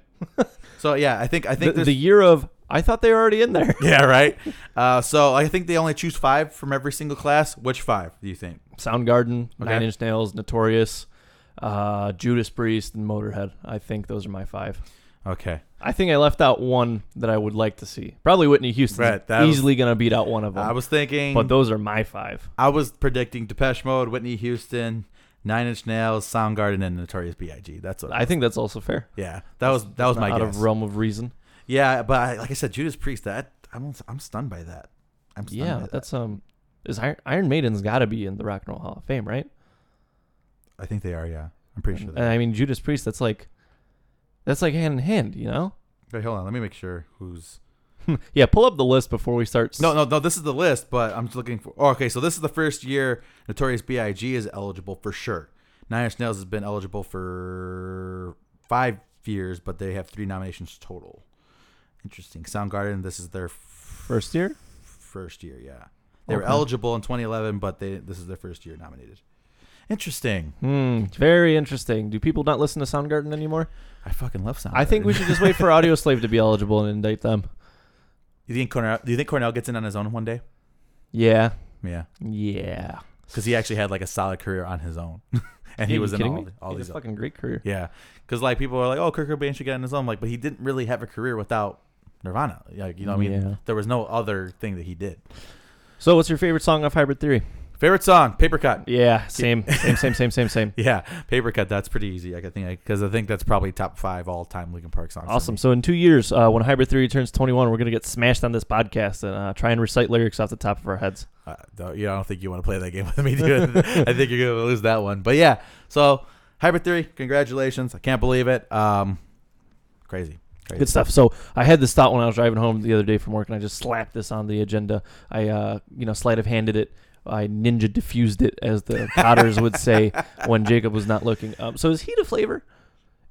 S1: So yeah, I think I
S3: The,
S1: think
S3: the
S1: there's-
S3: year of. I thought they were already in there.
S1: yeah right. Uh, so I think they only choose five from every single class. Which five do you think?
S3: Soundgarden,
S1: Okay.
S3: Nine Inch Nails, Notorious, uh, Judas Priest, and Motorhead. I think those are my five.
S1: Okay.
S3: I think I left out one that I would like to see. Probably Whitney Houston.
S1: Right, that was-
S3: easily going to beat out one of them.
S1: I was thinking.
S3: but those are my five.
S1: I was predicting Depeche Mode, Whitney Houston, Nine Inch Nails, Soundgarden, and Notorious B.I.G. That's what I,
S3: I think that's also fair.
S1: yeah, that was that was my
S3: out
S1: guess.
S3: of realm of reason.
S1: yeah, but I, like I said, Judas Priest. That I'm I'm stunned by that. I'm stunned by
S3: yeah,
S1: that.
S3: that's um. Is Iron, Iron Maiden's got to be in the Rock and Roll Hall of Fame, right?
S1: I think they are. Yeah, I'm pretty sure.
S3: And-
S1: They
S3: and
S1: are.
S3: I mean Judas Priest. That's like, that's like hand in hand, you know.
S1: Wait, hold on, let me make sure who's.
S3: yeah, pull up the list before we start. s-
S1: No, no, no. This is the list, but I'm just looking for. Oh, okay, so this is the first year Notorious B.I.G. is eligible for sure. Nine Inch Nails has been eligible for five years, but they have three nominations total. Interesting. Soundgarden. This is their
S3: first year.
S1: first year. Yeah, they were
S3: Okay.
S1: eligible in 2011, but they this is their first year nominated. Interesting.
S3: Hmm, very interesting. Do people not listen to Soundgarden anymore?
S1: I fucking love Soundgarden.
S3: I think we should just wait for Audio Slave to be eligible and indict them.
S1: You think Cornell? Do you think Cornell gets in on his own one day?
S3: Yeah,
S1: Yeah,
S3: yeah.
S1: because he actually had like a solid career on his own, and
S3: Yeah,
S1: he
S3: you
S1: was in
S3: kidding
S1: all,
S3: me?
S1: all
S3: He had
S1: these.
S3: a fucking great career.
S1: yeah, because like people are like, "Oh, Kurt Cobain should get on his own," like, but he didn't really have a career without Nirvana. Like, you know, what I mean,
S3: Yeah.
S1: there was no other thing that he did.
S3: So, what's your favorite song off Hybrid Theory?
S1: Favorite song, Paper Cut.
S3: Yeah, same, same, same, same, same, same.
S1: Yeah, Paper Cut. That's pretty easy. I could think because I think that's probably top five all time Linkin Park songs. for me.
S3: Awesome. So in two years, uh, when Hybrid Theory turns 21, we're gonna get smashed on this podcast and uh, try and recite lyrics off the top of our heads.
S1: Uh, don't, yeah, I don't think you want to play that game with me, dude. I think you're going to lose that one. But yeah, so Hybrid Theory, congratulations. I can't believe it. Um, crazy. crazy.
S3: Good stuff. So I had this thought when I was driving home the other day from work, and I just slapped this on the agenda. I, uh, you know, sleight of handed it. I ninja diffused it, as the Potters would say when Jacob was not looking. Um, so is heat a flavor?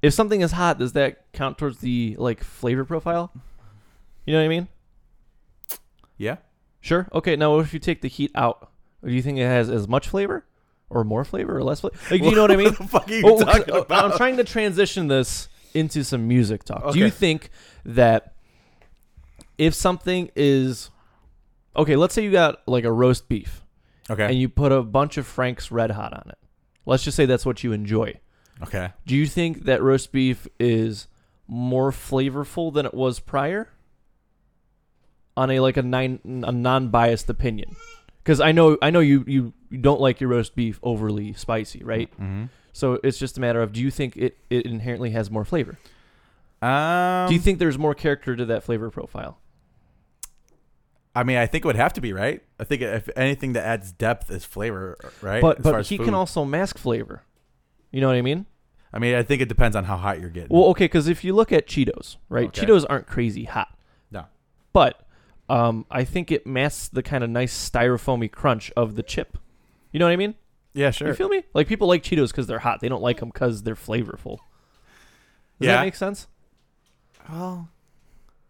S3: If something is hot, does that count towards the like flavor profile? You know what I mean?
S1: Yeah.
S3: Sure. Okay. Now, if you take the heat out, do you think it has as much flavor, or more flavor, or less flavor? Like, do you know what I mean?
S1: What the fuck are you
S3: Oh,
S1: talking
S3: oh,
S1: about?
S3: I'm trying to transition this into some music talk. Do you
S1: Okay.
S3: think that if something is okay, let's say you got like a roast beef
S1: okay.
S3: and you put a bunch of Frank's Red Hot on it. Let's just say that's what you enjoy.
S1: okay.
S3: Do you think that roast beef is more flavorful than it was prior? On a like a nine a non-biased opinion. Cuz I know I know you, you you don't like your roast beef overly spicy, right?
S1: Mm-hmm.
S3: So it's just a matter of do you think it, it inherently has more flavor?
S1: Um,
S3: do you think there's more character to that flavor profile?
S1: I mean, I think it would have to be, right? I think if anything that adds depth is flavor, right?
S3: But
S1: As far
S3: but
S1: as
S3: he
S1: food.
S3: can also mask flavor. You know what I mean?
S1: I mean, I think it depends on how hot you're getting.
S3: Well, oh, okay, because if you look at Cheetos, right?
S1: Okay.
S3: Cheetos aren't crazy hot,
S1: no.
S3: but um, I think it masks the kind of nice styrofoamy crunch of the chip. You know what I mean?
S1: Yeah, sure.
S3: You feel me? Like people like Cheetos because they're hot. They don't like them because they're flavorful. Does
S1: Yeah.
S3: that make sense?
S1: well,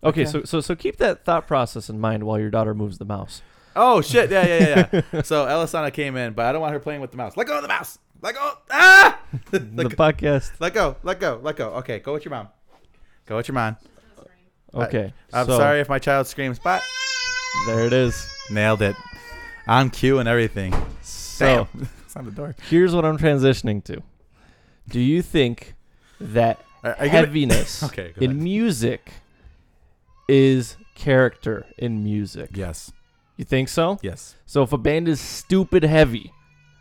S3: Okay,
S1: Okay.
S3: so so so keep that thought process in mind while your daughter moves the mouse.
S1: Oh shit! Yeah, yeah, yeah. yeah. so Elisana came in, but I don't want her playing with the mouse. Let go of the mouse. Let go. Ah! Let
S3: the
S1: go.
S3: podcast.
S1: Let go, let go, let go. Okay, go with your mom. Go with your mom.
S3: Okay,
S1: I'm
S3: so
S1: sorry if my child screams, but
S3: There it is.
S1: nailed it. On cue and everything.
S3: So
S1: Damn. it's on the door.
S3: here's what I'm transitioning to. Do you think that
S1: Are, are you gonna-
S3: heaviness
S1: Okay, go
S3: in
S1: ahead.
S3: music is character in music?
S1: Yes,
S3: You think so?
S1: yes.
S3: So if a band is stupid heavy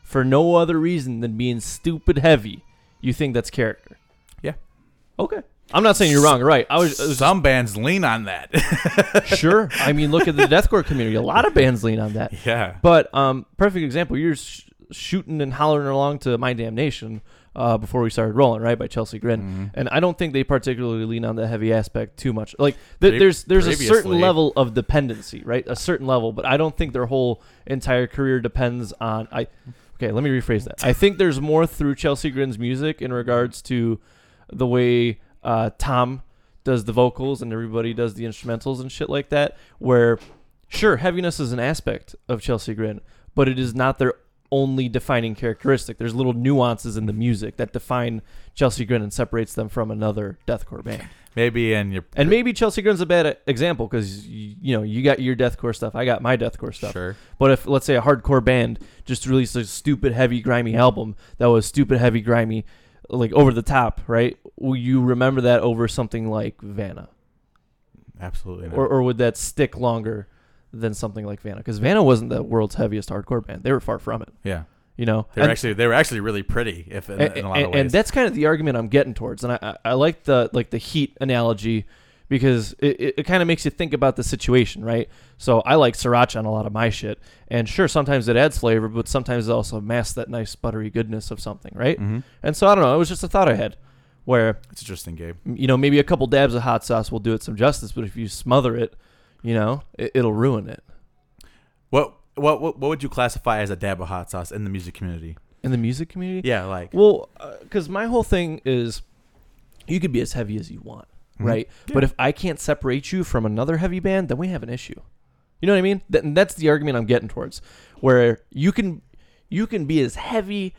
S3: for no other reason than being stupid heavy, you think that's character?
S1: Yeah.
S3: Okay. I'm not saying you're wrong or right. I was, I was
S1: Some bands lean on that.
S3: sure. I mean, look at the deathcore community. A lot of bands lean on that.
S1: yeah.
S3: But um, perfect example. You're sh- shooting and hollering along to "My Damnation" uh, before we started rolling, right? By Chelsea Grin, and I don't think they particularly lean on the heavy aspect too much. Like th-
S1: Pre-
S3: there's there's a certain
S1: previously.
S3: level of dependency, right? A certain level, but I don't think their whole entire career depends on. I okay, let me rephrase that. I think there's more through Chelsea Grin's music in regards to the way uh, Tom does the vocals and everybody does the instrumentals and shit like that. Where, sure, heaviness is an aspect of Chelsea Grin, but it is not their only defining characteristic. There's little nuances in the music that define Chelsea Grin and separates them from another deathcore band.
S1: Maybe in your
S3: And maybe Chelsea Grin's a bad example because you, know you got your deathcore stuff, I got my deathcore stuff.
S1: sure.
S3: But if let's say a hardcore band just released a stupid heavy grimy album that was stupid heavy grimy like over the top, right? Will you remember that over something like Vanna,
S1: Absolutely. Not.
S3: or or would that stick longer than something like Vanna? Because Vanna wasn't the world's heaviest hardcore band; they were far from it.
S1: yeah.
S3: You know,
S1: They were actually they were actually really pretty if in, in a lot
S3: and,
S1: of ways.
S3: and that's kind of the argument I'm getting towards. And I, I, I like the like the heat analogy because it, it, it kind of makes you think about the situation, right? So I like sriracha on a lot of my shit, and sure, sometimes it adds flavor, but sometimes it also masks that nice buttery goodness of something, right?
S1: Mhm.
S3: And so I don't know. It was just a thought I had, where
S1: It's interesting, Gabe.
S3: you know maybe a couple dabs of hot sauce will do it some justice, but if you smother it, you know it, it'll ruin it.
S1: What what what what would you classify as a dab of hot sauce in the music community?
S3: In the music community,
S1: Yeah, like
S3: Well, because my whole thing is, you could be as heavy as you want,
S1: Mhm.
S3: right?
S1: Yeah.
S3: But if I can't separate you from another heavy band, then we have an issue. You know what I mean? Th- and that's the argument I'm getting towards, where you can, you can be as heavy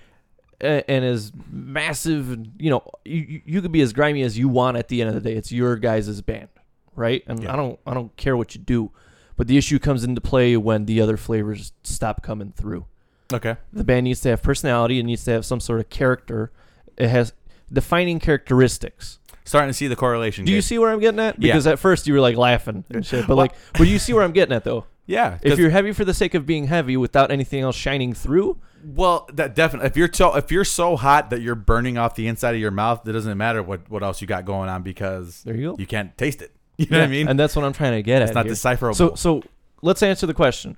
S3: a- and as massive and you know you- you, you could be as grimy as you want at the end of the day it's your guys' band right and
S1: Yeah.
S3: i don't i don't care what you do but the issue comes into play when the other flavors stop coming through
S1: okay.
S3: the band needs to have personality. It needs to have some sort of character. It has defining characteristics.
S1: Starting to see the correlation.
S3: Do you
S1: Gabe.
S3: see where I'm getting at?
S1: Yeah.
S3: Because at first you were like laughing and shit, but
S1: Well-
S3: like, but you see where I'm getting at though.
S1: Yeah,
S3: If
S1: 'cause-
S3: you're heavy for the sake of being heavy without anything else shining through,
S1: well, that definitely. If you're so if you're so hot that you're burning off the inside of your mouth, it doesn't matter what what else you got going on because
S3: there you go.
S1: you can't taste it. You know what I mean?
S3: And that's what I'm trying to get at.
S1: it's not
S3: here.
S1: decipherable.
S3: So, so let's answer the question.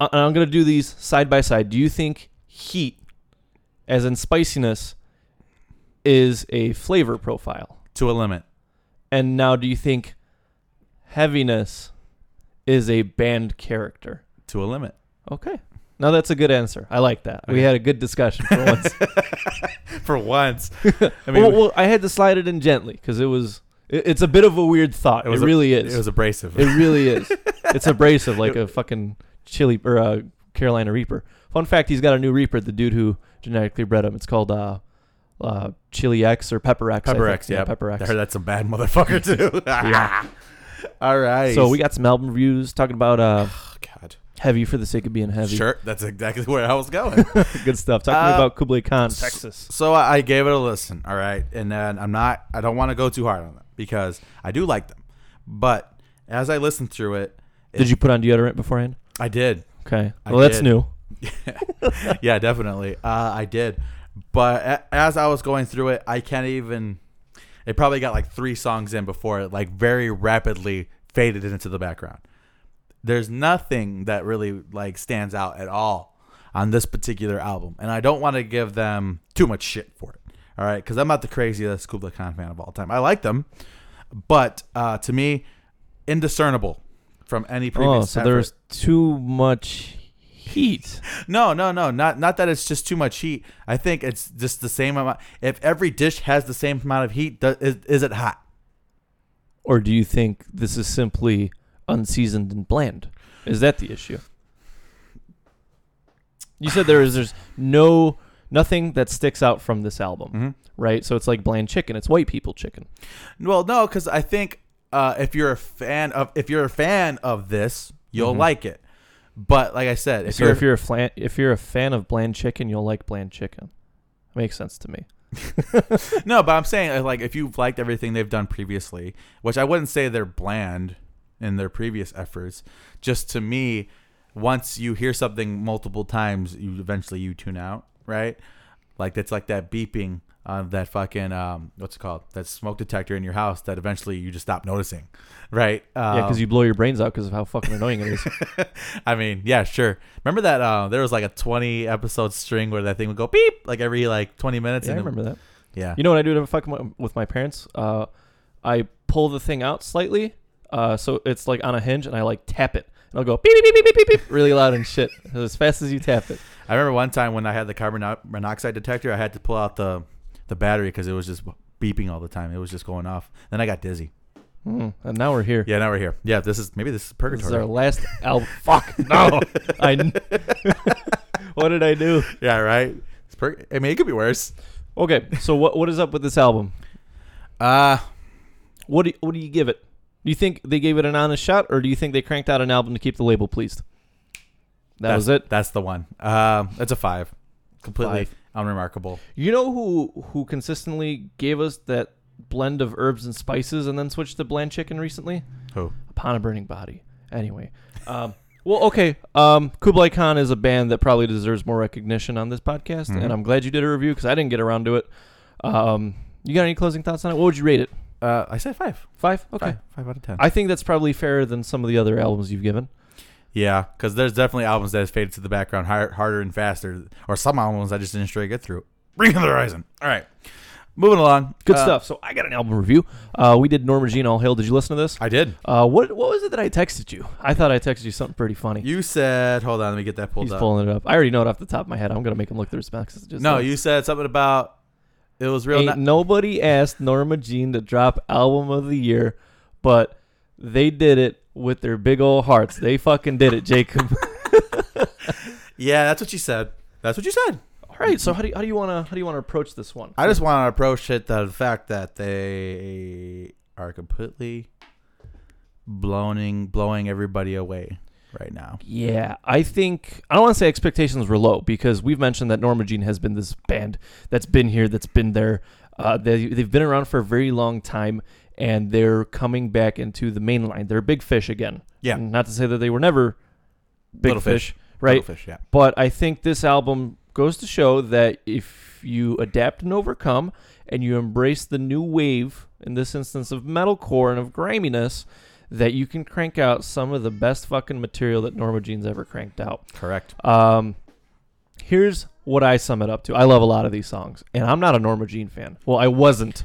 S3: I- I'm going to do these side by side. Do you think heat, as in spiciness, is a flavor profile?
S1: to a limit.
S3: And now, do you think heaviness is a band character?
S1: To a limit.
S3: Okay. Now that's a good answer. I like that. We
S1: Okay.
S3: had a good discussion for once.
S1: For once, I mean,
S3: well, well, I had to slide it in gently because it was. It, it's a bit of a weird thought.
S1: It
S3: It,
S1: was a-
S3: really
S1: it
S3: is.
S1: was abrasive.
S3: It really is. it's abrasive, like a fucking chili or a Carolina Reaper. Fun fact: He's got a new Reaper. The dude who genetically bred him. It's called uh, uh, Chili X or Pepper X. I
S1: Pepper
S3: think.
S1: X, yeah,
S3: Pepper X.
S1: I heard that's a bad motherfucker too.
S3: Yeah.
S1: All right.
S3: So we got some album reviews talking about uh,
S1: Oh, God.
S3: heavy for the sake of being heavy.
S1: Sure, that's exactly where I was going.
S3: Good stuff. Talk to me
S1: Uh,
S3: about Kublai Khan, Texas.
S1: So I I gave it a listen, all right, and then I'm not. I don't want to go too hard on them because I do like them, but as I listened through it, it
S3: Did you put on deodorant beforehand?
S1: I did.
S3: Okay.
S1: I
S3: well, that's
S1: did.
S3: new.
S1: yeah, definitely. Uh, I did, but a- as I was going through it, I can't even. It probably got like three songs in before it like very rapidly faded into the background. There's nothing that really like stands out at all on this particular album, and I don't want to give them too much shit for it. All right, because I'm not the craziest Kubla Khan fan of all time. I like them, but uh, to me, indiscernible from any previous.
S3: Oh, so
S1: effort.
S3: there's too much heat.
S1: No, no, no. Not not that it's just too much heat. I think it's just the same amount. If every dish has the same amount of heat, does, is, is it hot?
S3: or do you think this is simply unseasoned and bland? Is that the issue? You said there is there's no nothing that sticks out from this album,
S1: Mhm.
S3: right? So it's like bland chicken. It's white people chicken.
S1: Well, no, because I think uh, if you're a fan of if you're a fan of this, you'll
S3: Mhm.
S1: like it. But like I said, if
S3: so
S1: you're,
S3: if you're a flan, if you're a fan of bland chicken, you'll like bland chicken. Makes sense to me.
S1: no, but I'm saying uh, like if you've liked everything they've done previously, which I wouldn't say they're bland in their previous efforts. Just to me, once you hear something multiple times, you eventually you tune out, right? Like that's like that beeping on that fucking um what's it called that smoke detector in your house that eventually you just stop noticing, right?
S3: Yeah, because
S1: Um,
S3: you blow your brains out because of how fucking annoying it is.
S1: I mean, yeah, sure. Remember that uh, there was like a 20 episode string where that thing would go beep like every like 20 minutes.
S3: yeah, I
S1: and it-
S3: remember that.
S1: Yeah.
S3: You know what I do to fuck my, with my parents? Uh, I pull the thing out slightly, uh, so it's like on a hinge, and I like tap it, and I'll go beep beep beep beep beep beep really loud and shit as fast as you tap it.
S1: I remember one time when I had the carbon mon- monoxide detector, I had to pull out the the battery because it was just beeping all the time. It was just going off. Then I got dizzy.
S3: Hmm, and now we're here.
S1: Yeah, now we're here. Yeah, this is maybe this is
S3: This is our
S1: purgatory.
S3: last album. Fuck no! I. kn- what did I do?
S1: yeah, right. It's pur- I mean, it could be worse.
S3: Okay, so what what is up with this album?
S1: Uh
S3: What do, what do you give it? Do you think they gave it an honest shot, or do you think they cranked out an album to keep the label pleased? That
S1: that's,
S3: was it.
S1: That's the one. Um, that's a five. Completely.
S3: Five.
S1: unremarkable.
S3: You know who who consistently gave us that blend of herbs and spices and then switched to bland chicken recently?
S1: Who?
S3: Upon a Burning Body. Anyway, um, well, okay. Um, Kublai Khan is a band that probably deserves more recognition on this podcast,
S1: Mhm.
S3: and I'm glad you did a review because I didn't get around to it. Um, you got any closing thoughts on it? What would you rate it?
S1: Uh, I say five.
S3: Five. Okay.
S1: Five, five out of ten.
S3: I think that's probably fairer than some of the other albums you've given.
S1: Yeah, because there's definitely albums that has faded to the background har harder and faster, or some albums I just didn't straight get through. Bring it to the horizon. All right, moving along.
S3: Good
S1: Uh,
S3: stuff. So I got an album review. Uh, we did Norma Jean All Hail. Did you listen to this?
S1: I did.
S3: Uh, what what was it that I texted you? I thought I texted you something pretty funny.
S1: You said, hold on, let me get that pulled
S3: He's
S1: up.
S3: pulling it up. I already know it off the top of my head. I'm gonna make him look through his messages.
S1: no,
S3: now.
S1: you said something about it was real.
S3: Ain't
S1: ni-
S3: nobody asked Norma Jean to drop album of the year, but they did it with their big old hearts. They fucking did it, Jacob.
S1: yeah, that's what you said. That's what you said.
S3: All right, so how do you, how do you wanna how do you wanna approach this one?
S1: I just want to approach it to the fact that they are completely blowing blowing everybody away right now.
S3: Yeah, I think I don't want to say expectations were low because we've mentioned that Norma Jean has been this band that's been here, that's been there. Uh, they they've been around for a very long time, and they're coming back into the main line. They're big fish again.
S1: Yeah.
S3: not to say that they were never big
S1: Little fish.
S3: fish, right?
S1: Little fish, yeah.
S3: But I think this album goes to show that if you adapt and overcome and you embrace the new wave, in this instance of metalcore and of griminess, that you can crank out some of the best fucking material that Norma Jean's ever cranked out.
S1: Correct.
S3: Um, here's what I sum it up to. I love a lot of these songs, and I'm not a Norma Jean fan. Well, I wasn't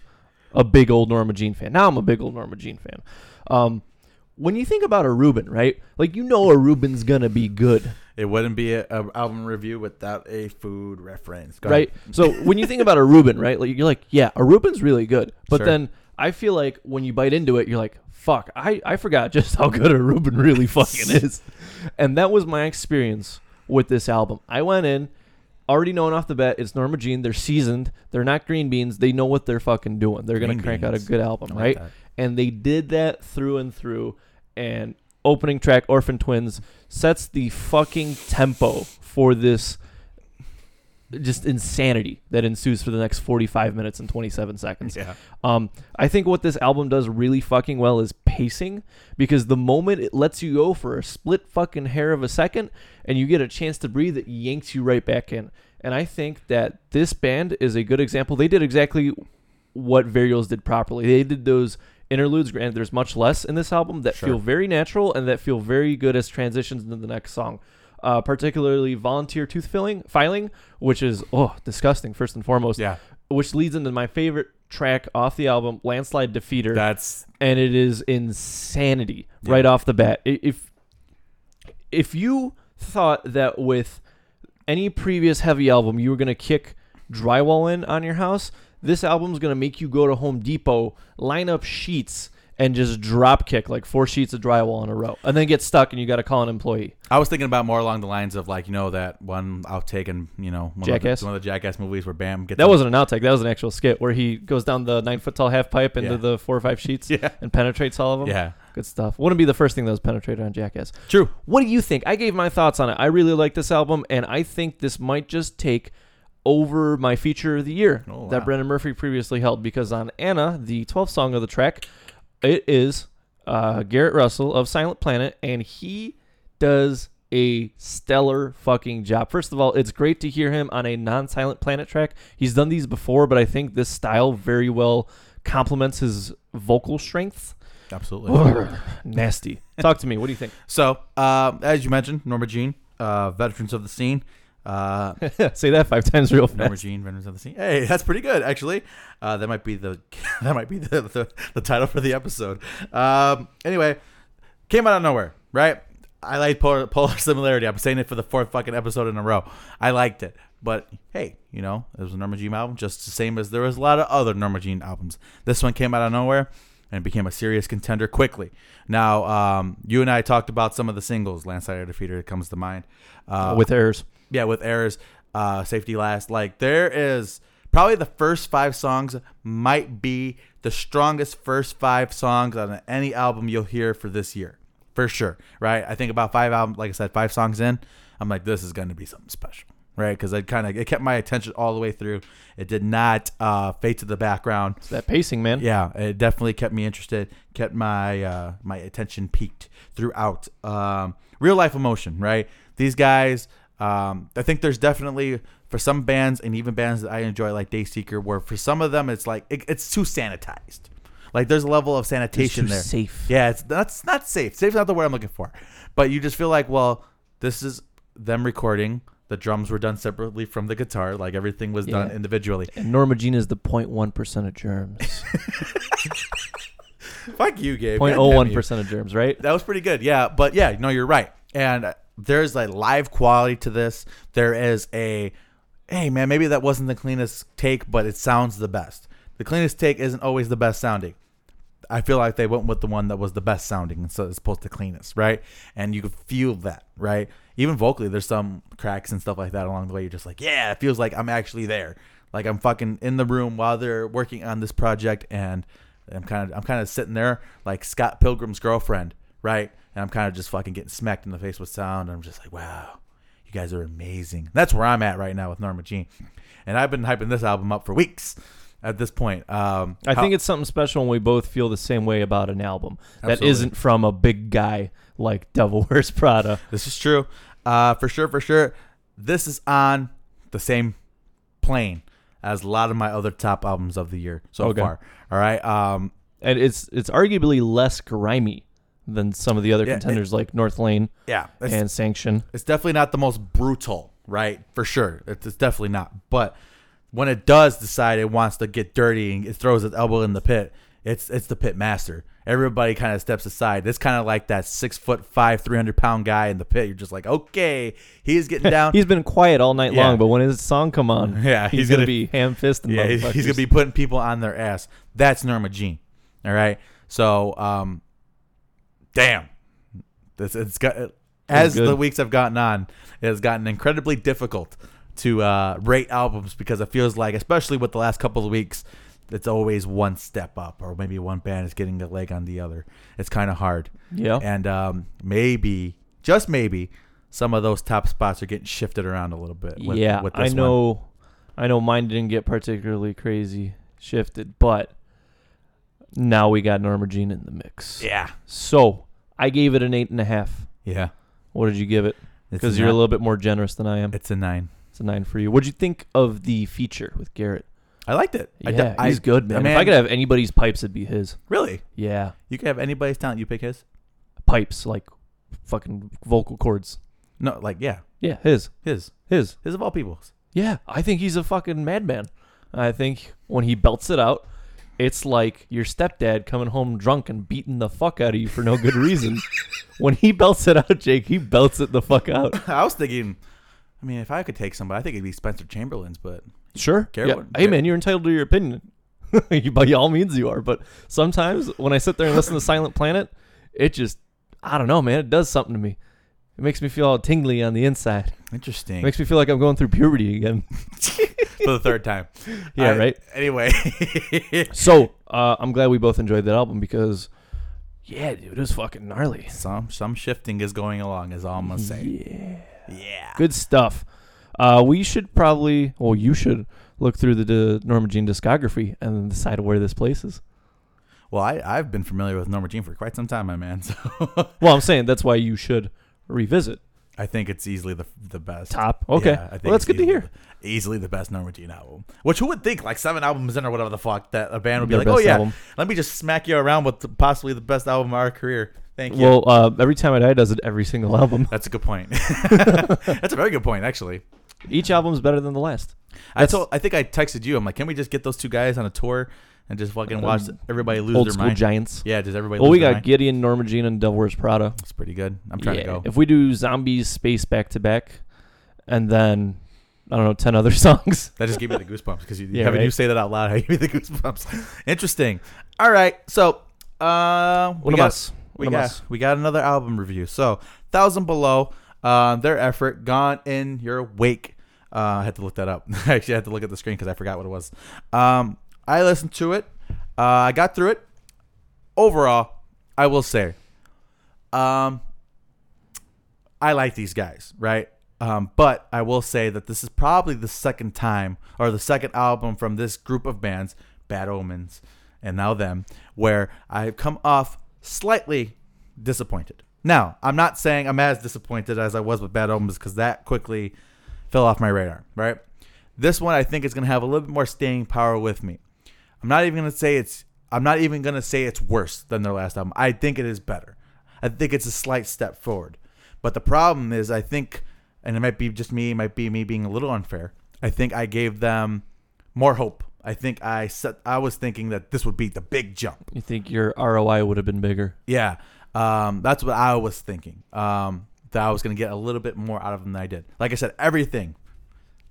S3: a big old Norma Jean fan. Now I'm a big old Norma Jean fan. Um, when you think about a Reuben, right? Like you know a Reuben's gonna be good.
S1: It wouldn't be an album review without a food reference. Go
S3: right?
S1: ahead.
S3: So when you think about a Reuben, right? Like you're like, yeah, a Reuben's really good. But
S1: Sure.
S3: then I feel like when you bite into it, you're like, fuck, I, I forgot just how good a Reuben really fucking is. And that was my experience with this album. I went in already knowing off the bat it's Norma Jean. They're seasoned. They're not green beans. They know what they're fucking doing. They're gonna
S1: Green
S3: crank out a
S1: beans.
S3: good album,
S1: I like
S3: right?
S1: that.
S3: and they did that through and through. And opening track "Orphan Twins" sets the fucking tempo for this just insanity that ensues for the next 45 minutes and 27 seconds.
S1: Yeah.
S3: Um, I think what this album does really fucking well is pacing because the moment it lets you go for a split fucking hair of a second and you get a chance to breathe, it yanks you right back in. And I think that this band is a good example. They did exactly what Varials did properly. They did those interludes, granted, there's much less in this album that
S1: Sure.
S3: feel very natural and that feel very good as transitions into the next song. Uh, particularly volunteer tooth filling, filing, which is oh disgusting first and foremost
S1: Yeah.
S3: which leads into my favorite track off the album, Landslide Defeater,
S1: That's
S3: and it is insanity
S1: Yeah.
S3: right off the bat. I- If if you thought that with any previous heavy album you were gonna kick drywall in on your house, this album's gonna make you go to Home Depot, line up sheets, and just drop kick like four sheets of drywall in a row, and then get stuck and you gotta call an employee.
S1: I was thinking about more along the lines of like, you know, that one outtake in, you know, one Of
S3: Jackass?
S1: the, one of the Jackass movies where Bam gets
S3: That wasn't an outtake. That was an actual skit where he goes down the nine foot tall half pipe into
S1: Yeah.
S3: the four or five sheets
S1: Yeah.
S3: and penetrates all of them.
S1: Yeah.
S3: Good stuff. Wouldn't be the first thing that was penetrated on Jackass.
S1: True.
S3: What do you think? I gave my thoughts on it. I really like this album, and I think this might just take over my feature of the year
S1: Oh,
S3: that
S1: wow.
S3: Brendan Murphy previously held because on Anna, the 12th song of the track, it is uh, Garrett Russell of Silent Planet, and he does a stellar fucking job. First of all, it's great to hear him on a non Silent Planet track. He's done these before, but I think this style very well complements his vocal strengths.
S1: Absolutely.
S3: Ugh, nasty. Talk to me. What do you think?
S1: So, uh, as you mentioned, Norma Jean, uh, veterans of the scene. Uh,
S3: Say that five times real
S1: Norma
S3: fast.
S1: Jean, veterans of the scene. Hey, that's pretty good, actually. Uh, that might be the that might be the, the, the title for the episode. Um, anyway, came out of nowhere, right? I like polar, polar similarity. I'm saying it for the fourth fucking episode in a row. I liked it, but hey, you know, it was a Norma Jean album, just the same as there was a lot of other Norma Jean albums. This one came out of nowhere and became a serious contender quickly. Now, um, you and I talked about some of the singles. Landslide Defeater comes to mind. Uh,
S3: With errors.
S1: yeah, with errors, uh, safety last. Like there is probably the first five songs might be the strongest first five songs on any album you'll hear for this year, for sure. Right? I think about five album, like I said, five songs in, I'm like, this is gonna be something special. right? Because I kind of it kept my attention all the way through. It did not uh, fade to the background.
S3: It's that pacing, man.
S1: Yeah, it definitely kept me interested, kept my uh, my attention peaked throughout. Um, real life emotion, right? These guys, um, I think there's definitely for some bands and even bands that I enjoy like Dayseeker, where for some of them it's like it, it's too sanitized. Like there's a level of sanitation there.
S3: safe.
S1: Yeah, it's that's not safe. Safe's not the word I'm looking for. But you just feel like, well, this is them recording. The drums were done separately from the guitar. Like everything was done
S3: Yeah.
S1: individually.
S3: And Norma Jean is the 0.1 percent of germs.
S1: Fuck you, Gabe. God damn
S3: 0.01
S1: you.
S3: percent of germs, right?
S1: That was pretty good. Yeah, but yeah, no, you're right. And uh, there's a live quality to this. There is a, hey man, maybe that wasn't the cleanest take, but it sounds the best. The cleanest take isn't always the best sounding. I feel like they went with the one that was the best sounding, so it's supposed to cleanest, right? And you could feel that, right? Even vocally, there's some cracks and stuff like that along the way. You're just like, yeah, it feels like I'm actually there, like I'm fucking in the room while they're working on this project, and I'm kind of I'm kind of sitting there like Scott Pilgrim's girlfriend, right? And I'm kind of just fucking getting smacked in the face with sound. And I'm just like, wow, you guys are amazing. That's where I'm at right now with Norma Jean, and I've been hyping this album up for weeks. At this point, um,
S3: I
S1: how-
S3: think it's something special when we both feel the same way about an album that
S1: Absolutely.
S3: isn't from a big guy like Devil Wears Prada.
S1: This is true. Uh, for sure, for sure. This is on the same plane as a lot of my other top albums of the year so
S3: Okay.
S1: far. All right. Um,
S3: And it's it's arguably less grimy than some of the other
S1: Yeah, it-
S3: contenders like North Lane
S1: yeah. It's,
S3: and Sanction.
S1: it's definitely not the most brutal, right? For sure. It's, it's definitely not. But when it does decide it wants to get dirty and it throws its elbow in the pit, it's it's the pit master. Everybody kind of steps aside. It's kind of like that six foot five, 300 pound guy in the pit. You're just like, okay, he's getting down.
S3: He's been quiet all night
S1: Yeah.
S3: long, but when his song come on,
S1: Yeah,
S3: he's,
S1: he's
S3: gonna,
S1: gonna-
S3: be ham fisting.
S1: Yeah, he's, he's gonna be putting people on their ass. That's Norma Jean. All right. So, um, damn, this it's got as
S3: good.
S1: the weeks have gotten on, it has gotten incredibly difficult to uh, rate albums because it feels like, especially with the last couple of weeks, it's always one step up or maybe one band is getting a leg on the other. It's kind of hard,
S3: yeah.
S1: and um, maybe just maybe some of those top spots are getting shifted around a little bit. With,
S3: yeah,
S1: with
S3: I
S1: this one.
S3: know, I know. Mine didn't get particularly crazy shifted, but now we got Norma Jean in the mix.
S1: Yeah,
S3: So I gave it an eight and a half.
S1: yeah,
S3: What did you give it?
S1: It's
S3: Because you're a
S1: not-
S3: little bit more generous than I am.
S1: It's a nine.
S3: It's a nine for you. What'd you think of the feature with Garrett?
S1: I liked it. I
S3: Yeah,
S1: I,
S3: he's good, man.
S1: I mean,
S3: If I could have anybody's pipes, it'd be his.
S1: really,
S3: Yeah,
S1: you could have anybody's talent. You pick his.
S3: pipes like fucking vocal cords.
S1: No, like yeah,
S3: Yeah, his,
S1: his,
S3: his.
S1: his of all people's.
S3: Yeah, I think he's a fucking madman. I think when he belts it out, it's like your stepdad coming home drunk and beating the fuck out of you for no good reason. when he belts it out, Jake, he belts it the fuck out.
S1: I was thinking. I mean, if I could take somebody, I think it'd be Spencer Chamberlain's. But
S3: Sure.
S1: Garrett
S3: yeah.
S1: would-
S3: Hey, man, you're entitled to your opinion. You- By all means, you are. But sometimes when I sit there and listen to Silent Planet, it just, I don't know, man, it does something to me. It makes me feel all tingly on the inside. It
S1: interesting
S3: makes me feel like I'm going through puberty again.
S1: for the third time.
S3: Yeah,
S1: I-
S3: right?
S1: Anyway,
S3: So uh, I'm glad we both enjoyed that album because, yeah, dude, it was fucking gnarly.
S1: some some shifting is going along. Is all I'm gonna say.
S3: Yeah.
S1: Yeah.
S3: Good stuff. Uh, we should probably, well, you should look through the, the Norma Jean discography and then decide where this places.
S1: Well, I I've been familiar with Norma Jean for quite some time, my man. So
S3: Well, I'm saying that's why you should revisit
S1: I think it's easily the the best.
S3: top. Okay.
S1: Yeah, I think
S3: well, that's
S1: it's
S3: good to
S1: easily
S3: hear.
S1: the- Easily the best Norma Jean album. Which who would think, like seven albums in or whatever the fuck, that a band would be
S3: Their
S1: like, oh
S3: best
S1: yeah,
S3: album."
S1: let me just smack you around with the- possibly the best album of our career. Thank you.
S3: Well, uh, every time I die does it every single album.
S1: that's a good point. that's a very good point, actually.
S3: Each album's better than the last.
S1: I told, I think I texted you. I'm like, can we just get those two guys on a tour and just fucking watch
S3: Um,
S1: everybody lose
S3: Old
S1: their
S3: school
S1: mind?
S3: giants.
S1: Yeah, does everybody?
S3: Well,
S1: lose
S3: we
S1: their
S3: got
S1: mind?
S3: Gideon, Norma Jean, and Devil Wears Prada.
S1: It's pretty good. I'm trying
S3: Yeah,
S1: to go.
S3: If we do zombies space back to back, and then I don't know ten other songs.
S1: That just gave me the goosebumps because you,
S3: Yeah,
S1: having you
S3: right.
S1: say that out loud, I gave me the goosebumps. Interesting. All right, so uh,
S3: One
S1: we
S3: of
S1: got-
S3: us.
S1: We
S3: One of
S1: got
S3: us.
S1: we got another album review. So thousand below, uh, their effort gone in your wake. Uh, I had to look that up. I actually had to look at the screen because I forgot what it was. Um, I listened to it. Uh, I got through it. Overall, I will say, um, I like these guys. Right? Um, but I will say that this is probably the second time or the second album from this group of bands, Bad Omens and Now Them, where I've come off slightly disappointed. Now, I'm not saying I'm as disappointed as I was with Bad Omens because that quickly fell off my radar, right? This one I think is going to have a little bit more staying power with me. I'm not even going to say it's I'm not even going to say it's worse than their last album. I think it is better. I think it's a slight step forward. But the problem is I think and it might be just me, it might be me being a little unfair. I think I gave them more hope. I think I set, I was thinking that this would be the big jump.
S3: You think your ROI would have been bigger?
S1: Yeah, um, that's what I was thinking. Um, that I was going to get a little bit more out of them than I did. Like I said, everything,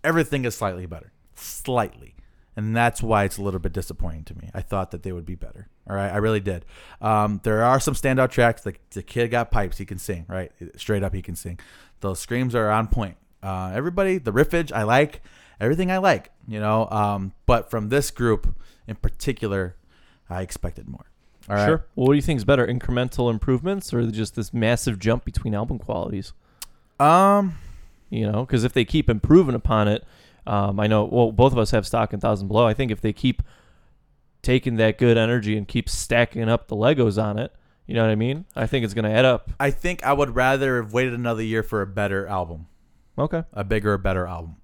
S1: everything is slightly better, slightly, and that's why it's a little bit disappointing to me. I thought that they would be better. All right, I really did. Um, there are some standout tracks. Like the kid got pipes; he can sing. Right, straight up, he can sing. Those screams are on point. Uh, everybody, the riffage I like, everything I like. You know, um, but from this group in particular, I expected more. All right.
S3: Sure. Well, what do you think is better, incremental improvements or just this massive jump between album qualities?
S1: Um,
S3: You know, because if they keep improving upon it, um, I know. Well, both of us have stock in Thousand Below. I think if they keep taking that good energy and keep stacking up the Legos on it, you know what I mean? I think it's going to add up.
S1: I think I would rather have waited another year for a better album,
S3: Okay.
S1: a bigger, better album.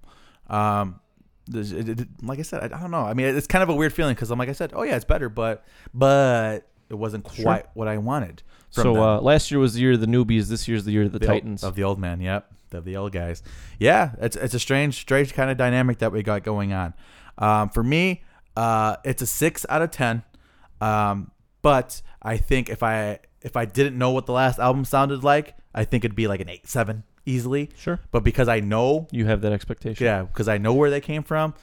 S1: Um, this- it- it- like I said, I, I don't know. I mean, it's kind of a weird feeling because I'm like I said, oh yeah, it's better, but but it wasn't
S3: Sure.
S1: quite what I wanted. from
S3: so
S1: them.
S3: uh, last year was the year of the newbies. This year's the year of the,
S1: old-
S3: Titans.
S1: of the old man. Yep, of the old guys. Yeah, it's it's a strange, strange kind of dynamic that we got going on. Um, for me, uh, it's a six out of ten. Um, but I think if I if I didn't know what the last album sounded like, I think it'd be like an eight, seven easily.
S3: sure.
S1: But because I know,
S3: You have that expectation.
S1: yeah, because I know where they came from,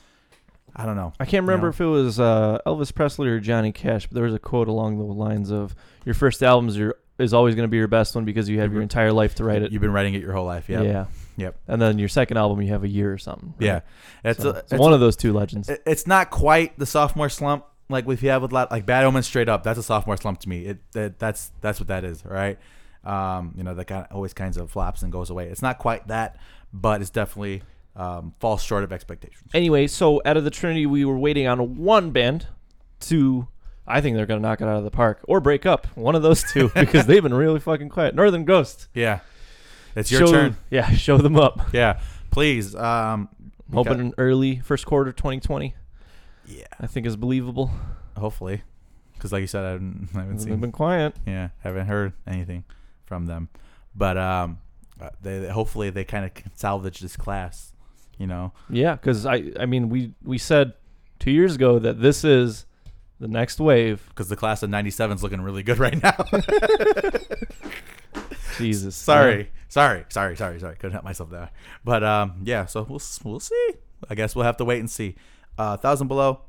S1: I don't know.
S3: I can't
S1: You
S3: remember
S1: know.
S3: if it was uh, Elvis Presley or Johnny Cash, but there was a quote along the lines of "Your first album is your is always going to be your best one because you have your
S1: Mhm.
S3: entire life to write it."
S1: You've been writing it your whole life, yeah, yeah.
S3: Yeah. And then your second album, you have a year or something. right?
S1: It's,
S3: so,
S1: a,
S3: so
S1: it's
S3: one of those two legends.
S1: it- it's not quite the sophomore slump like we've had with lot like bad omens straight up that's a sophomore slump to me it, that that's that's what that is right um you know that kind of always kinds of flops and goes away it's not quite that but it's definitely um falls short of expectations
S3: anyway, so out of the Trinity, we were waiting on one band to. I think they're going to knock it out of the park or break up. One of those two because they've been really fucking quiet. Northern Ghost.
S1: yeah it's your
S3: Show-
S1: turn
S3: Yeah, show them up.
S1: yeah please um we got-
S3: Hoping in early first quarter 2020,
S1: yeah
S3: I think is believable.
S1: hopefully because like you said i haven't, I haven't
S3: They've
S1: seen
S3: been quiet.
S1: yeah haven't heard anything from them but um uh, they, they hopefully they kind of salvage this class you know
S3: Yeah, because I I mean we we said two years ago that this is the next wave.
S1: because the class of 97 is looking really good right now.
S3: Jesus.
S1: sorry, sorry, sorry, sorry, sorry. Couldn't help myself there. But um, yeah, so we'll s- we'll see. I guess we'll have to wait and see. Uh, thousand below,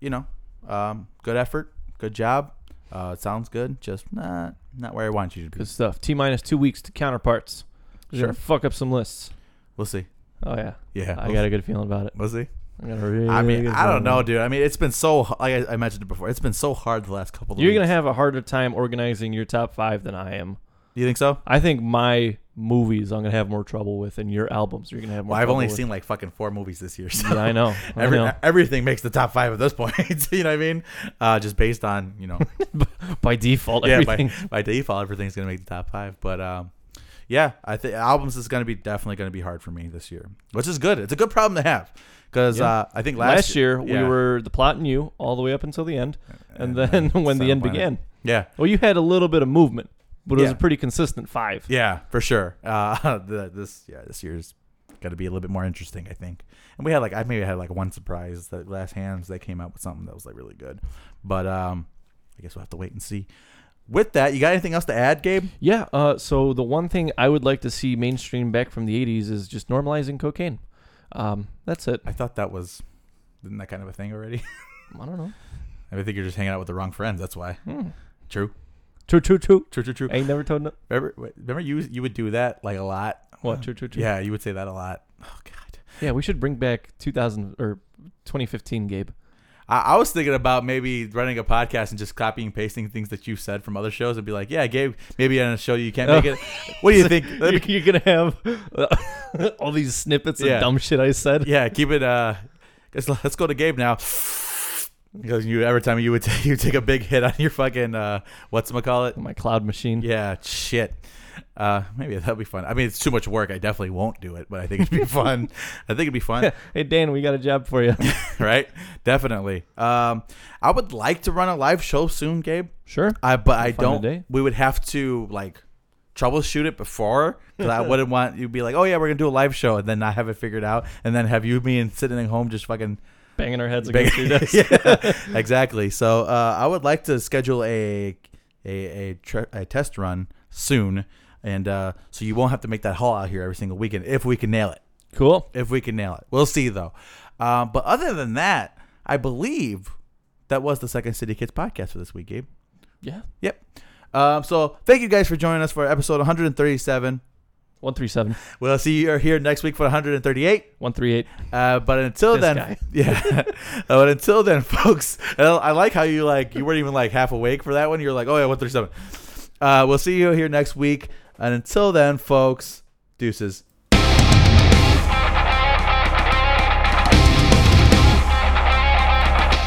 S1: you know, um, good effort, good job. Uh, it sounds good, just not not where I want you to be.
S3: Good stuff. T minus two weeks to counterparts. We're
S1: Sure.
S3: gonna fuck up some lists.
S1: We'll see.
S3: Oh yeah.
S1: Yeah,
S3: I
S1: we'll-
S3: got a good feeling about it.
S1: We'll see.
S3: I got a really
S1: I mean,
S3: good
S1: I
S3: feeling
S1: don't know,
S3: about it.
S1: dude. I mean, it's been so h- like I, I mentioned it before. It's been so hard the last couple. of
S3: You're gonna
S1: weeks.
S3: have a harder time organizing your top five than I am.
S1: You think so?
S3: I think my movies I'm gonna have more trouble with, and your albums you're gonna have more.
S1: Well, I've
S3: trouble
S1: only
S3: with.
S1: seen like fucking four movies this year. So.
S3: Yeah, I know. I
S1: Every,
S3: know.
S1: Everything makes the top five at this point. you know what I mean? Uh, just based on you know,
S3: By default,
S1: yeah, by,
S3: everything.
S1: by default, everything's gonna make the top five. But um, yeah, I think albums is gonna be definitely gonna be hard for me this year, which is good. It's a good problem to have because
S3: Yeah.
S1: uh, I think
S3: Last,
S1: last,
S3: year
S1: yeah.
S3: we were the plot and you all the way up until the end, and,
S1: And
S3: then
S1: then
S3: when the end
S1: Silent Planet.
S3: began.
S1: yeah.
S3: Well, you had a little bit of movement, but it was
S1: Yeah.
S3: a pretty consistent five.
S1: Yeah, for sure. Uh, the, this yeah, this year's got to be a little bit more interesting, I think. And we had like I maybe had like one surprise that last hands they came out with something that was like really good, but um, I guess we'll have to wait and see. With that, you got anything else to add, Gabe?
S3: Yeah. Uh, so the one thing I would like to see mainstream back from the '80s is just normalizing cocaine. Um, that's it.
S1: I thought that was isn't that kind of a thing already.
S3: I don't know.
S1: I think you're just hanging out with the wrong friends. That's why.
S3: Hmm.
S1: True.
S3: True, true, true.
S1: True. True. True.
S3: I ain't never told no.
S1: Remember, wait, remember you you would do that like a lot.
S3: What? True, true, true.
S1: Yeah, you would say that a lot. Oh God.
S3: Yeah, we should bring back 2000 or 2015, Gabe.
S1: I, I was thinking about maybe running a podcast and just copying and pasting things that you've said from other shows and be like, yeah, Gabe, maybe on a show you can't make
S3: Oh.
S1: it. What do you think?
S3: You're, you're gonna have all these snippets
S1: Yeah.
S3: of dumb shit I said.
S1: yeah, keep it. Uh, let's, let's go to Gabe now. Because you every time you would t- you take a big hit on your fucking uh, what's call it?
S3: My cloud machine.
S1: Yeah, shit. Uh, maybe that'll be fun. I mean, it's too much work. I definitely won't do it, but I think it'd be fun. I think it'd be fun,
S3: Hey Dan, we got a job for you.
S1: right? Definitely. Um, I would like to run a live show soon, Gabe.
S3: sure.
S1: I but I
S3: Find a
S1: don't.
S3: day.
S1: We would have to like troubleshoot it before because I wouldn't want you to be like, oh yeah, we're gonna do a live show and then not have it figured out, and then have you me and sitting at home just fucking
S3: Banging our heads
S1: Big-
S3: against your desk.
S1: yeah, exactly. So uh, I would like to schedule a a a, tre- a test run soon, and uh, so you won't have to make that haul out here every single weekend if we can nail it.
S3: Cool.
S1: If we can nail it, we'll see though. Um, but other than that, I believe that was the Second City Kids podcast for this week, Gabe.
S3: Yeah.
S1: Yep. Um, so thank you guys for joining us for episode 137.
S3: One three seven.
S1: We'll see you here next week for 138.
S3: One three eight.
S1: Uh, but until
S3: This
S1: then,
S3: guy.
S1: yeah. Uh, but until then, folks, I I like how you like you weren't even like half awake for that one. You're like, oh yeah, one thirty seven. Uh, we'll see you here next week. And until then, folks, deuces.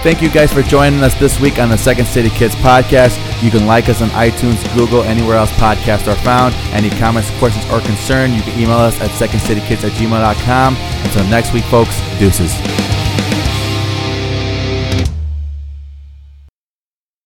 S1: Thank you guys for joining us this week on the Second City Kids podcast. You can like us on iTunes, Google, anywhere else podcasts are found. Any comments, questions, or concern, you can email us at secondcitykids at gmail.com. Until next week, folks, deuces.